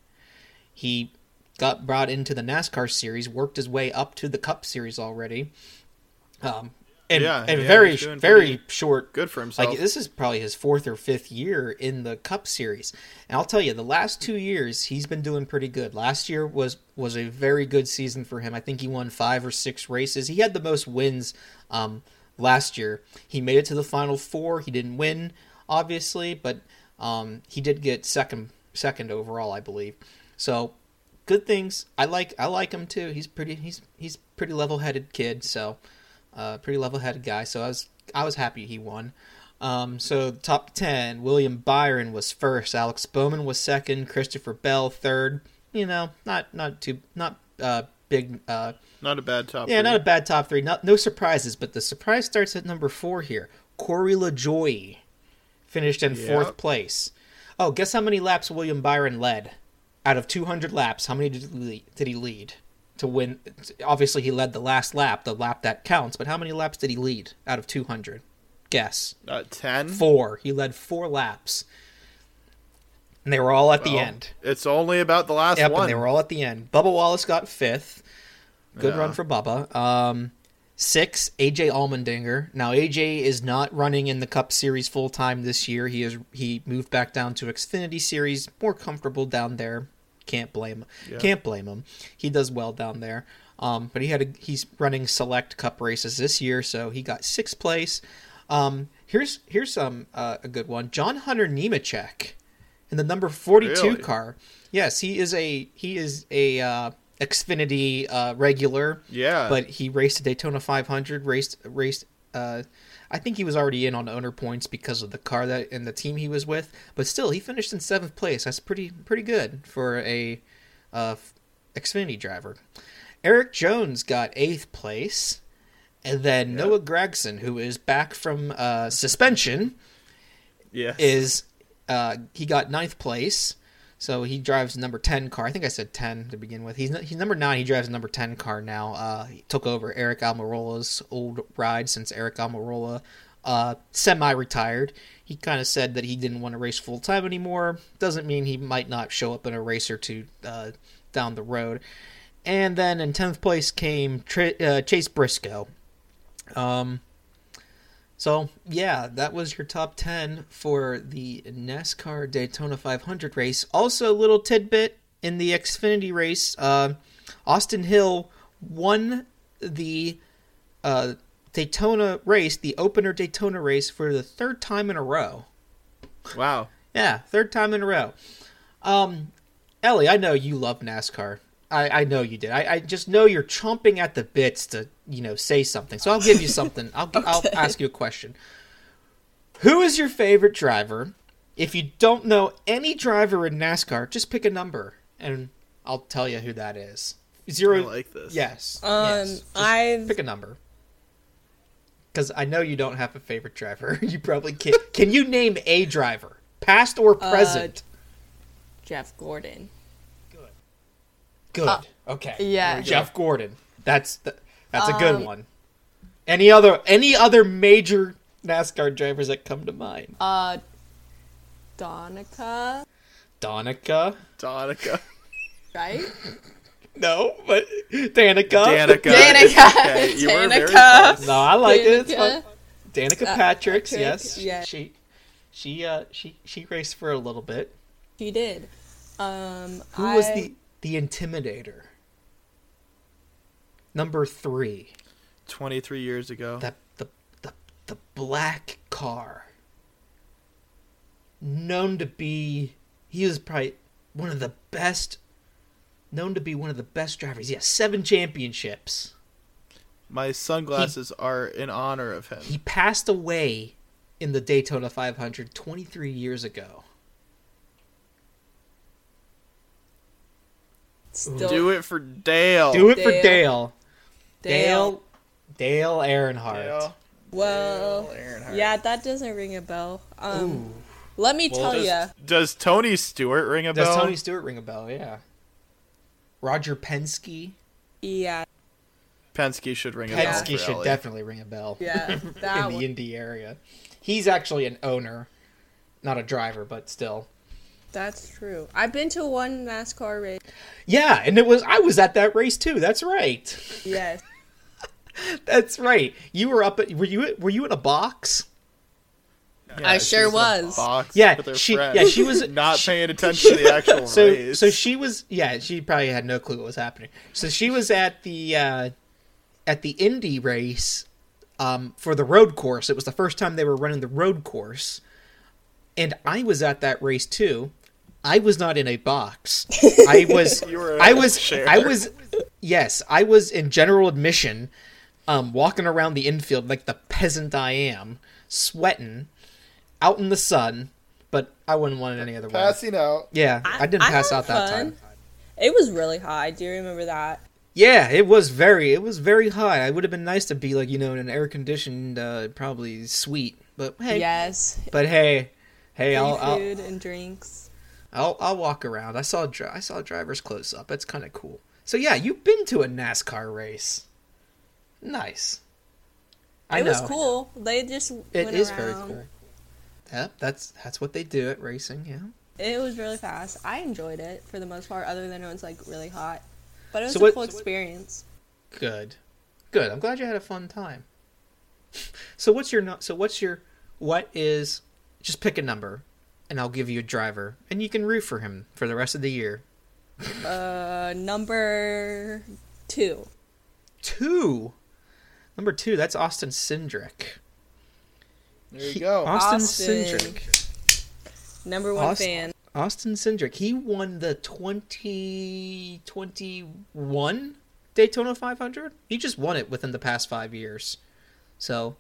S1: he got brought into the NASCAR series, worked his way up to the Cup series already. Um and,
S2: Yeah,
S1: and
S2: yeah,
S1: very
S2: he's doing
S1: very
S2: pretty
S1: short
S2: good for himself.
S1: like this is probably his fourth or fifth year in the Cup Series, and I'll tell you, the last two years he's been doing pretty good. Last year was was a very good season for him. I think he won five or six races. He had the most wins um, last year. He made it to the final four. He didn't win, obviously, but um, he did get second second overall, I believe. So good things. I like I like him too. He's pretty he's he's pretty level headed kid. So uh, pretty level headed guy. So I was I was happy he won. Um, so top ten, William Byron was first, Alex Bowman was second, Christopher Bell third. You know, not not too not uh, big. Uh,
S2: not a bad top.
S1: yeah,
S2: three.
S1: not a bad top three. Not no surprises, but the surprise starts at number four here. Corey LaJoy finished in fourth
S2: Yep.
S1: place. Oh, guess how many laps William Byron led? Out of 200 laps, how many did he lead, did he lead to win? Obviously, he led the last lap, the lap that counts. But how many laps did he lead out of 200? Guess
S2: uh, ten.
S1: four. He led four laps, and they were all at the
S2: Well,
S1: end.
S2: It's only about the last
S1: Yep,
S2: one.
S1: and they were all at the end. Bubba Wallace got fifth. Good
S2: Yeah.
S1: run for Bubba. Um, six, AJ Allmendinger. Now AJ is not running in the Cup Series full time this year. He is he moved back down to Xfinity Series, more comfortable down there. Can't blame can't blame him. He does well down there. Um, but he had a, he's running select Cup races this year, so he got sixth place. Um, here's here's some uh, a good one. John Hunter Nemechek in the number 42
S2: Really?
S1: car. Yes, he is a he is a uh, Xfinity uh, regular,
S2: Yeah.
S1: but he raced a Daytona 500. Raced raced. Uh, I think he was already in on owner points because of the car that and the team he was with. But still, he finished in seventh place. That's pretty pretty good for a uh, Xfinity driver. Eric Jones got eighth place, and then Noah Gregson, who is back from uh, suspension
S2: yeah.
S1: is uh, he got ninth place, so he drives number ten car. I think I said ten to begin with. He's n- he's number nine. He drives number ten car now. Uh, he took over Eric Almirola's old ride since Eric Almirola uh, semi-retired. He kind of said that he didn't want to race full time anymore. Doesn't mean he might not show up in a race or two uh, down the road. And then in tenth place came Tra- uh, Chase Briscoe. Um, so, yeah, that was your top 10 for the NASCAR Daytona 500 race. Also, a little tidbit in the Xfinity race uh, Austin Hill won the uh, Daytona race, the opener Daytona race, for the third time in a row.
S2: wow.
S1: Yeah, third time in a row. Um, Ellie, I know you love NASCAR. I, I know you did. I, I just know you're chomping at the bits to you know say something. So I'll give you something. I'll I'll ask you a question. Who is your favorite driver? If you don't know any driver in NASCAR, just pick a number and I'll tell you who that is.
S2: I
S1: Zero.
S2: like this.
S1: yes.
S5: Um,
S1: yes. Just
S5: I've
S1: pick a number. Because I know you don't have a favorite driver. You probably can. can you name a driver, past or
S5: Uh,
S1: present?
S5: Jeff Gordon.
S1: Good.
S5: uh,
S1: okay.
S3: yeah.
S1: Jeff Gordon. That's the, that's a
S5: Um,
S1: good one. Any other any other major NASCAR drivers that come to mind?
S5: Uh, Donica,
S1: Donica.
S2: Donica.
S5: right?
S1: No, but Danica.
S2: Danica.
S5: Danica.
S2: Okay, you were very
S5: Danica.
S2: close.
S1: No, I like it. It's fun.
S5: Danica.
S1: Danica
S5: Uh,
S1: Patrick.
S5: Patrick,
S1: Yes.
S5: yeah.
S1: She she uh she she raced for a little bit.
S5: She did. Um,
S1: Who was
S5: I-
S1: the the intimidator? Number three,
S2: 23 years ago.
S1: that the the the black car, known to be he was probably one of the best, known to be one of the best drivers. He has seven championships.
S2: My sunglasses are in honor of him.
S1: He passed away in the Daytona 500 23 years ago.
S5: still
S2: Do it for Dale.
S1: Do it for
S5: Dale.
S1: Dale.
S5: Dale?
S1: Dale. Dale Earnhardt.
S2: Dale.
S5: Well,
S2: Dale Earnhardt.
S5: yeah, that doesn't ring a bell. Um, let me tell
S2: Does,
S5: ya.
S2: does Tony Stewart ring a
S1: Does
S2: bell?
S1: Tony Stewart ring a bell? Yeah. Roger Penske.
S5: Yeah,
S2: Penske should ring a bell.
S1: Penske
S2: for
S1: should
S2: Ellie.
S1: definitely ring a bell
S5: yeah,
S1: in
S5: that
S1: the
S5: one.
S1: Indy area. He's actually an owner, not a driver, but still.
S5: That's true. I've been to one NASCAR race.
S1: Yeah, and it was I was at that race too. That's right.
S5: Yes.
S1: That's right. You were up at were you at- were you in a box?
S2: Yeah,
S5: I
S2: she
S5: sure
S2: in a
S5: was.
S2: box
S1: Yeah,
S2: with her
S1: she-
S2: friend.
S1: yeah, she was-
S2: not
S1: she-
S2: paying attention to the actual
S1: So
S2: race.
S1: so she was yeah, she probably had no clue what was happening. So she was at the uh at the Indy race um for the road course. It was the first time they were running the road course. And I was at that race too. I was not in a box. I was
S2: You were
S1: I
S2: a
S1: was
S2: share.
S1: I was yes, I was in general admission um walking around the infield like the peasant I am, sweating out in the sun, but I wouldn't want it any other way.
S2: passing out.
S1: Yeah, I, didn't pass
S5: had
S1: out that
S5: fun.
S1: time.
S5: It was really hot. I do remember that.
S1: Yeah, it was very, it was very high. It would have been nice to be like you know in an air conditioned, uh, probably suite. But hey,
S5: Yes.
S1: but hey, hey,
S5: Free
S1: I'll, I'll
S5: food and drinks.
S1: I'll I'll walk around. I saw dri- I saw drivers close up. That's kind of cool. So yeah, you've been to a NASCAR race. Nice. I
S5: it was
S1: know.
S5: cool. They just
S1: It
S5: went
S1: is
S5: around.
S1: very cool. Yep, that's that's what they do at racing. Yeah.
S5: It was really fast. I enjoyed it for the most part, other than it was like really hot. But it was
S1: So
S5: a
S1: what-
S5: cool
S1: so what-
S5: experience.
S1: Good, good. I'm glad you had a fun time. So what's your nu- so what's your what is just pick a number, and I'll give you a driver, and you can root for him for the rest of the year.
S5: Uh, number two.
S1: Two, number two. That's Austin Sindrick.
S2: There you
S1: He-
S2: go.
S1: Austin,
S5: Austin.
S1: Sindrick.
S5: Number one
S1: Austin-
S5: fan.
S1: Austin Cindric, he won the 2021 Daytona 500. He just won it within the past five years. So,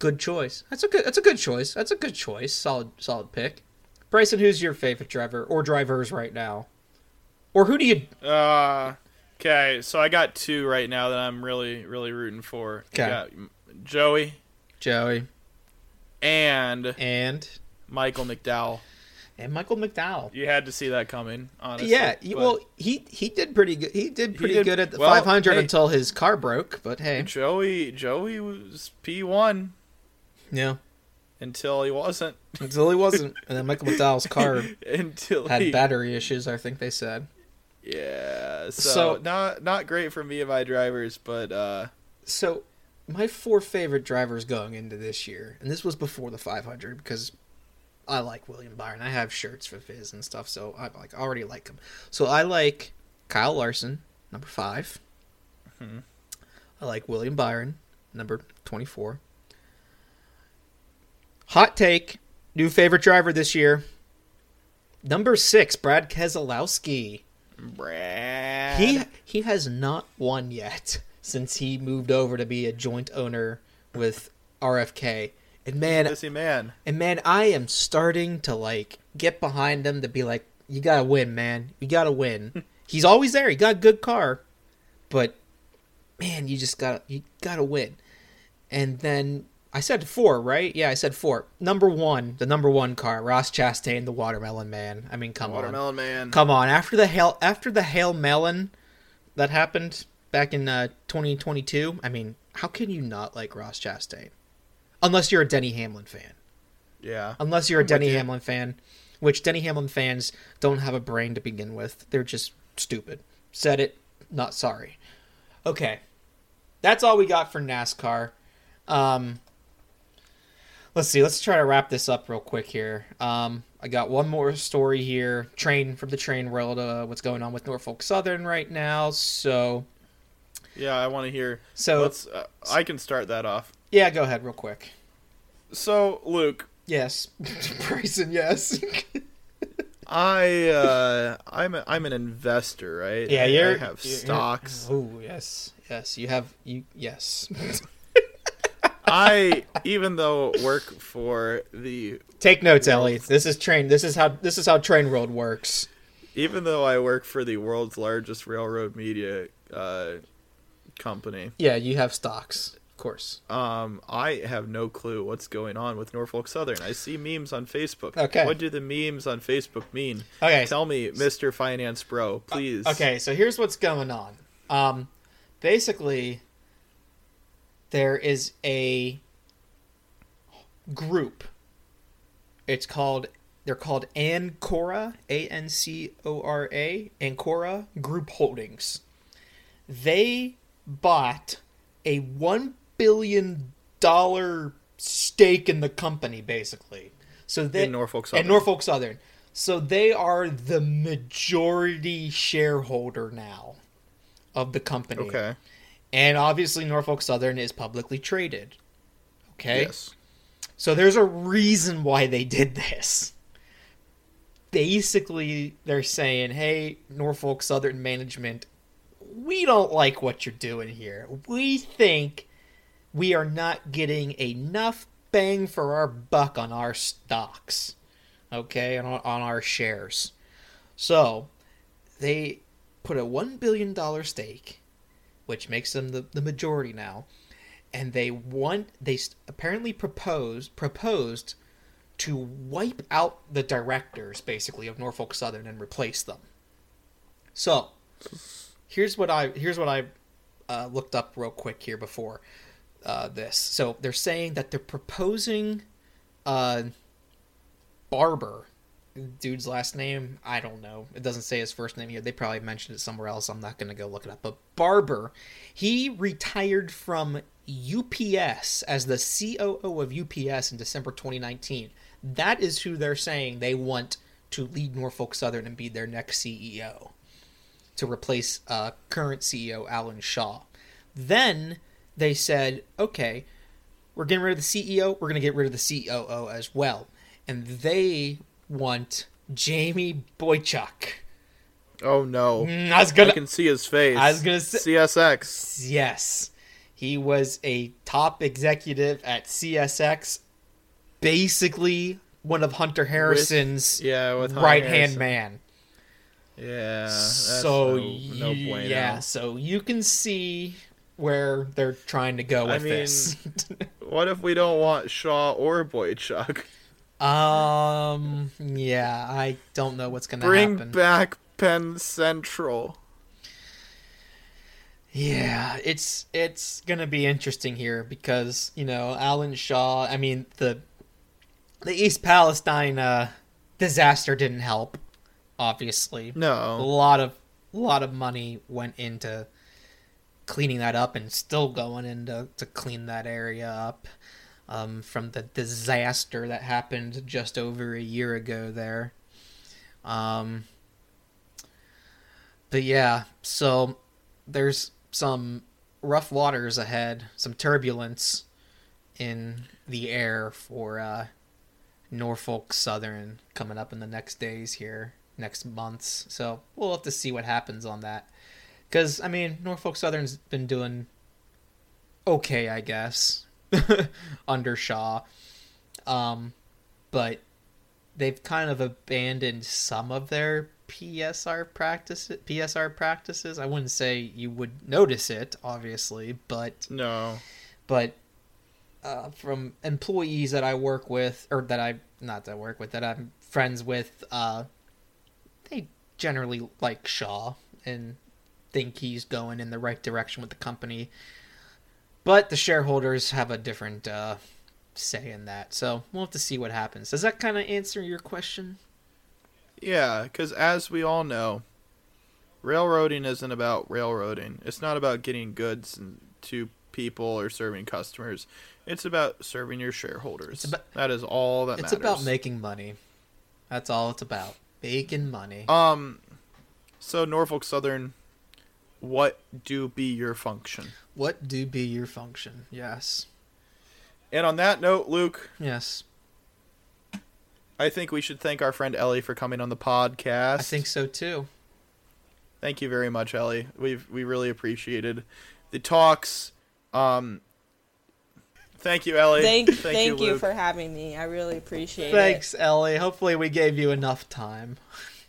S1: good choice. That's a good. That's a good choice. That's a good choice. Solid, solid pick. Bryson, who's your favorite driver or drivers right now? Or who do you?
S2: Uh, okay, so I got two right now that I'm really, really rooting for. I
S1: 'Kay.
S2: got Joey
S1: Joey
S2: and
S1: and
S2: Michael McDowell.
S1: and Michael McDowell.
S2: You had to see that coming, honestly.
S1: yeah. he-
S2: but
S1: well, he he did pretty good. He did pretty
S2: did-
S1: good at the
S2: well,
S1: 500
S2: hey.
S1: until his car broke. But hey,
S2: Joey, Joey was P one
S1: yeah.
S2: until he wasn't.
S1: Until he wasn't, and then Michael McDowell's car
S2: until he,
S1: had battery issues. I think they said.
S2: Yeah. So,
S1: So-
S2: not not great for me and my drivers, but uh,
S1: So, my four favorite drivers going into this year, and this was before the 500 because I like William Byron. I have shirts for Fizz and stuff, so I like already like him. So I like Kyle Larson, number 5 Mm-hmm. I like William Byron, number twenty-four. Hot take: new favorite driver this year. Number six, Brad Keselowski.
S2: Brad.
S1: He he has not won yet since he moved over to be a joint owner with RFK. And man,
S2: busy man.
S1: and man, I am starting to like get behind him to be like, you gotta win, man. You gotta win. He's always there. He got a good car, but man, you just gotta you gotta win. And then I said four, right? Yeah, I said four. Number one, the number one car, Ross Chastain, the Watermelon Man. I mean, come on.
S2: Watermelon man.
S1: Come on, after the hail after the hail melon that happened back in uh, 2022, I mean, how can you not like Ross Chastain? Unless you're a Denny Hamlin fan.
S2: Yeah.
S1: Unless you're a Denny
S2: you.
S1: Hamlin fan, which Denny Hamlin fans don't have a brain to begin with. They're just stupid. Said it, not sorry. Okay. That's all we got for NASCAR. Um Let's see. Let's try to wrap this up real quick here. Um, I got one more story here. Train from the train world. Uh, what's going on with Norfolk Southern right now? So,
S2: Yeah, I want to hear.
S1: So-
S2: let's. Uh, I can start that off.
S1: yeah, go ahead real quick.
S2: So Luke,
S1: Yes, Bryson. Yes.
S2: I uh, I'm a, I'm an investor, right?
S1: yeah,
S2: I-
S1: you're
S2: I have
S1: you're-
S2: stocks.
S1: Oh yes, yes. You have you. Yes.
S2: I even though work for the
S1: Take notes, Ellie. This is train. This is how this is how train world works.
S2: even though I work for the world's largest railroad media uh, company,
S1: Yeah, you have stocks, of course.
S2: um, I have no clue what's going on with Norfolk Southern. I see memes on Facebook.
S1: Okay.
S2: What do the memes on Facebook mean?
S1: Okay. Uh,
S2: Tell me, Mister Finance Bro, please.
S1: Okay, so here's what's going on. Um, basically, there is a group. It's called they're called Ancora, A N C O R A, Ancora Group Holdings. They bought a one billion dollar stake in the company, basically. So they
S2: In Norfolk
S1: In
S2: Southern.
S1: Norfolk Southern. So they are the majority shareholder now of the company.
S2: Okay.
S1: And obviously Norfolk Southern is publicly traded. Okay?
S2: Yes.
S1: So there's a reason why they did this. Basically, they're saying, hey, Norfolk Southern management, we don't like what you're doing here. We think we are not getting enough bang for our buck on our stocks, okay, and on, on our shares. So they put a $1 billion stake, which makes them the, the majority now and they want they s- apparently proposed proposed to wipe out the directors basically of Norfolk Southern and replace them. So, here's what I here's what I uh, looked up real quick here before uh, this. So they're saying that they're proposing uh, Barber, dude's last name I don't know. It doesn't say his first name here. They probably mentioned it somewhere else. I'm not gonna go look it up. But Barber, he retired from UPS as the COO of UPS in December 2019. That is who they're saying they want to lead Norfolk Southern and be their next CEO to replace uh, current CEO Alan Shaw. Then they said, okay, E we're getting rid of the CEO, we're going to get rid of the COO as well. And they want Jamie Boychuk.
S2: Oh no.
S1: Mm, I was
S2: I
S1: gonna.
S2: can see his face.
S1: I was gonna say-
S2: CSX.
S1: Yes, he was a top executive at CSX, basically one of Hunter Harrison's
S2: Yeah, with Hunter
S1: right hand
S2: Harrison.
S1: man.
S2: Yeah. That's
S1: so
S2: no, no
S1: you-
S2: bueno.
S1: yeah, so you can see where they're trying to go with
S2: I mean-
S1: this.
S2: What if we don't want Shaw or Boychuk?
S1: um, yeah, I don't know what's gonna
S2: Bring
S1: happen.
S2: back Penn Central.
S1: Yeah, it's it's gonna be interesting here because you know Alan Shaw. I mean the the East Palestine uh, disaster didn't help. Obviously, a
S2: No.
S1: lot of a lot of money went into cleaning that up, and still going into to clean that area up um, from the disaster that happened just over a year ago there. Um, but yeah, so there's some rough waters ahead, some turbulence in the air for uh, Norfolk Southern coming up in the next days here, next months. So we'll have to see what happens on that. Because, I mean, Norfolk Southern's been doing okay, I guess, under Shaw. Um, but they've kind of abandoned some of their PSR practices. PSR practices. I wouldn't say you would notice it, obviously, but
S2: No.
S1: but uh, from employees that I work with, or that I not that I work with, that I'm friends with, uh, they generally like Shaw and think he's going in the right direction with the company. But the shareholders have a different uh, say in that, so we'll have to see what happens. Does that kind of answer your question?
S2: Yeah, because as we all know, railroading isn't about railroading. It's not about getting goods and- to people or serving customers. It's about serving your shareholders.
S1: It's about-
S2: that is all that
S1: it's
S2: matters.
S1: about making money. That's all it's about. Making money.
S2: Um, so Norfolk Southern, what do be your function?
S1: what do be your function? Yes.
S2: And on that note, Luke,
S1: Yes.
S2: I think we should thank our friend Ellie for coming on the podcast.
S1: I think so too.
S2: Thank you very much, Ellie. We've we really appreciated the talks. Um, thank you, Ellie.
S5: Thank, thank, you,
S2: Luke.
S5: for having me. I really appreciate
S1: Thanks, Ellie. Hopefully, we gave you enough time.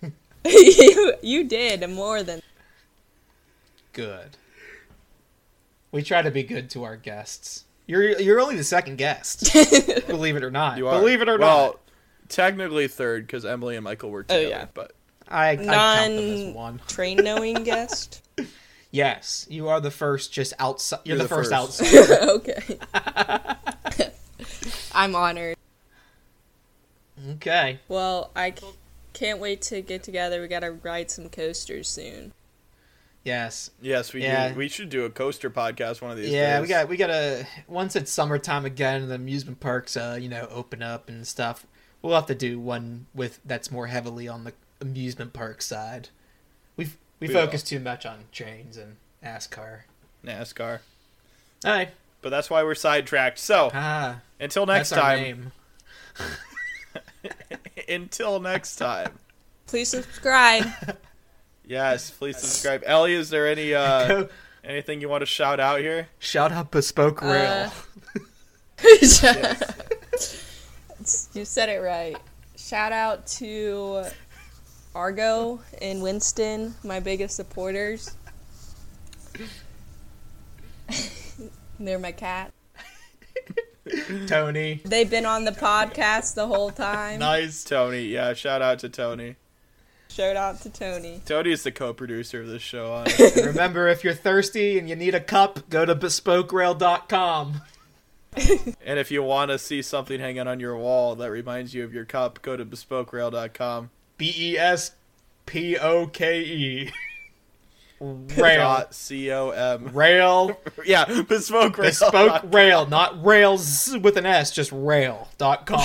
S5: it. you, you did more than
S1: Good. We try to be good to our guests. You're you're only the second guest, believe it or not.
S2: You are.
S1: Believe it or
S2: well,
S1: not,
S2: technically third because Emily and Michael were together.
S5: Oh, yeah.
S2: But
S1: I, I count them as
S5: non-
S1: one.
S5: train knowing guest.
S1: Yes, you are the first. Just outside. You're,
S2: You're
S1: the,
S2: the
S1: first,
S2: first.
S1: outside.
S5: okay. I'm honored.
S1: okay.
S5: Well, I c- can't wait to get together. We gotta ride some coasters soon.
S1: Yes.
S2: yes, we
S1: Yeah.
S2: do. We should do a coaster podcast one of these.
S1: Yeah,
S2: days.
S1: we got we got to once it's summertime again and the amusement parks uh you know open up and stuff. We'll have to do one with that's more heavily on the amusement park side. We've we,
S2: We
S1: focus too much on trains and NASCAR.
S2: NASCAR.
S1: All right.
S2: But that's why we're sidetracked. So
S1: Ah,
S2: until next
S1: that's our
S2: time.
S1: name.
S2: Until next time.
S5: Please subscribe.
S2: Yes, please subscribe. Ellie, is there any uh,
S1: Go-
S2: anything you want to shout out here?
S1: Shout out Bespoke
S5: Uh,
S1: Rail.
S5: you said it right. Shout out to Argo and Winston, my biggest supporters. They're my cat.
S1: Tony.
S5: They've been on the podcast the whole time.
S2: Nice, Tony. Yeah, shout out to Tony.
S5: Shout out to Tony.
S2: Tony is the co-producer of this show. On
S1: Remember, if you're thirsty and you need a cup, go to bespokerail.com.
S2: and if you want to see something hanging on your wall that reminds you of your cup, go to bespokerail.com.
S1: B E S P O K E. Rail.
S2: Dot com.
S1: Rail.
S2: Yeah, bespoke rail.
S1: Bespoke Rail, not rails with an S, just rail.com.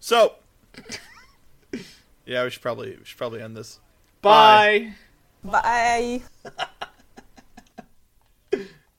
S2: So, yeah, we should probably we should probably end this.
S1: Bye.
S5: Bye.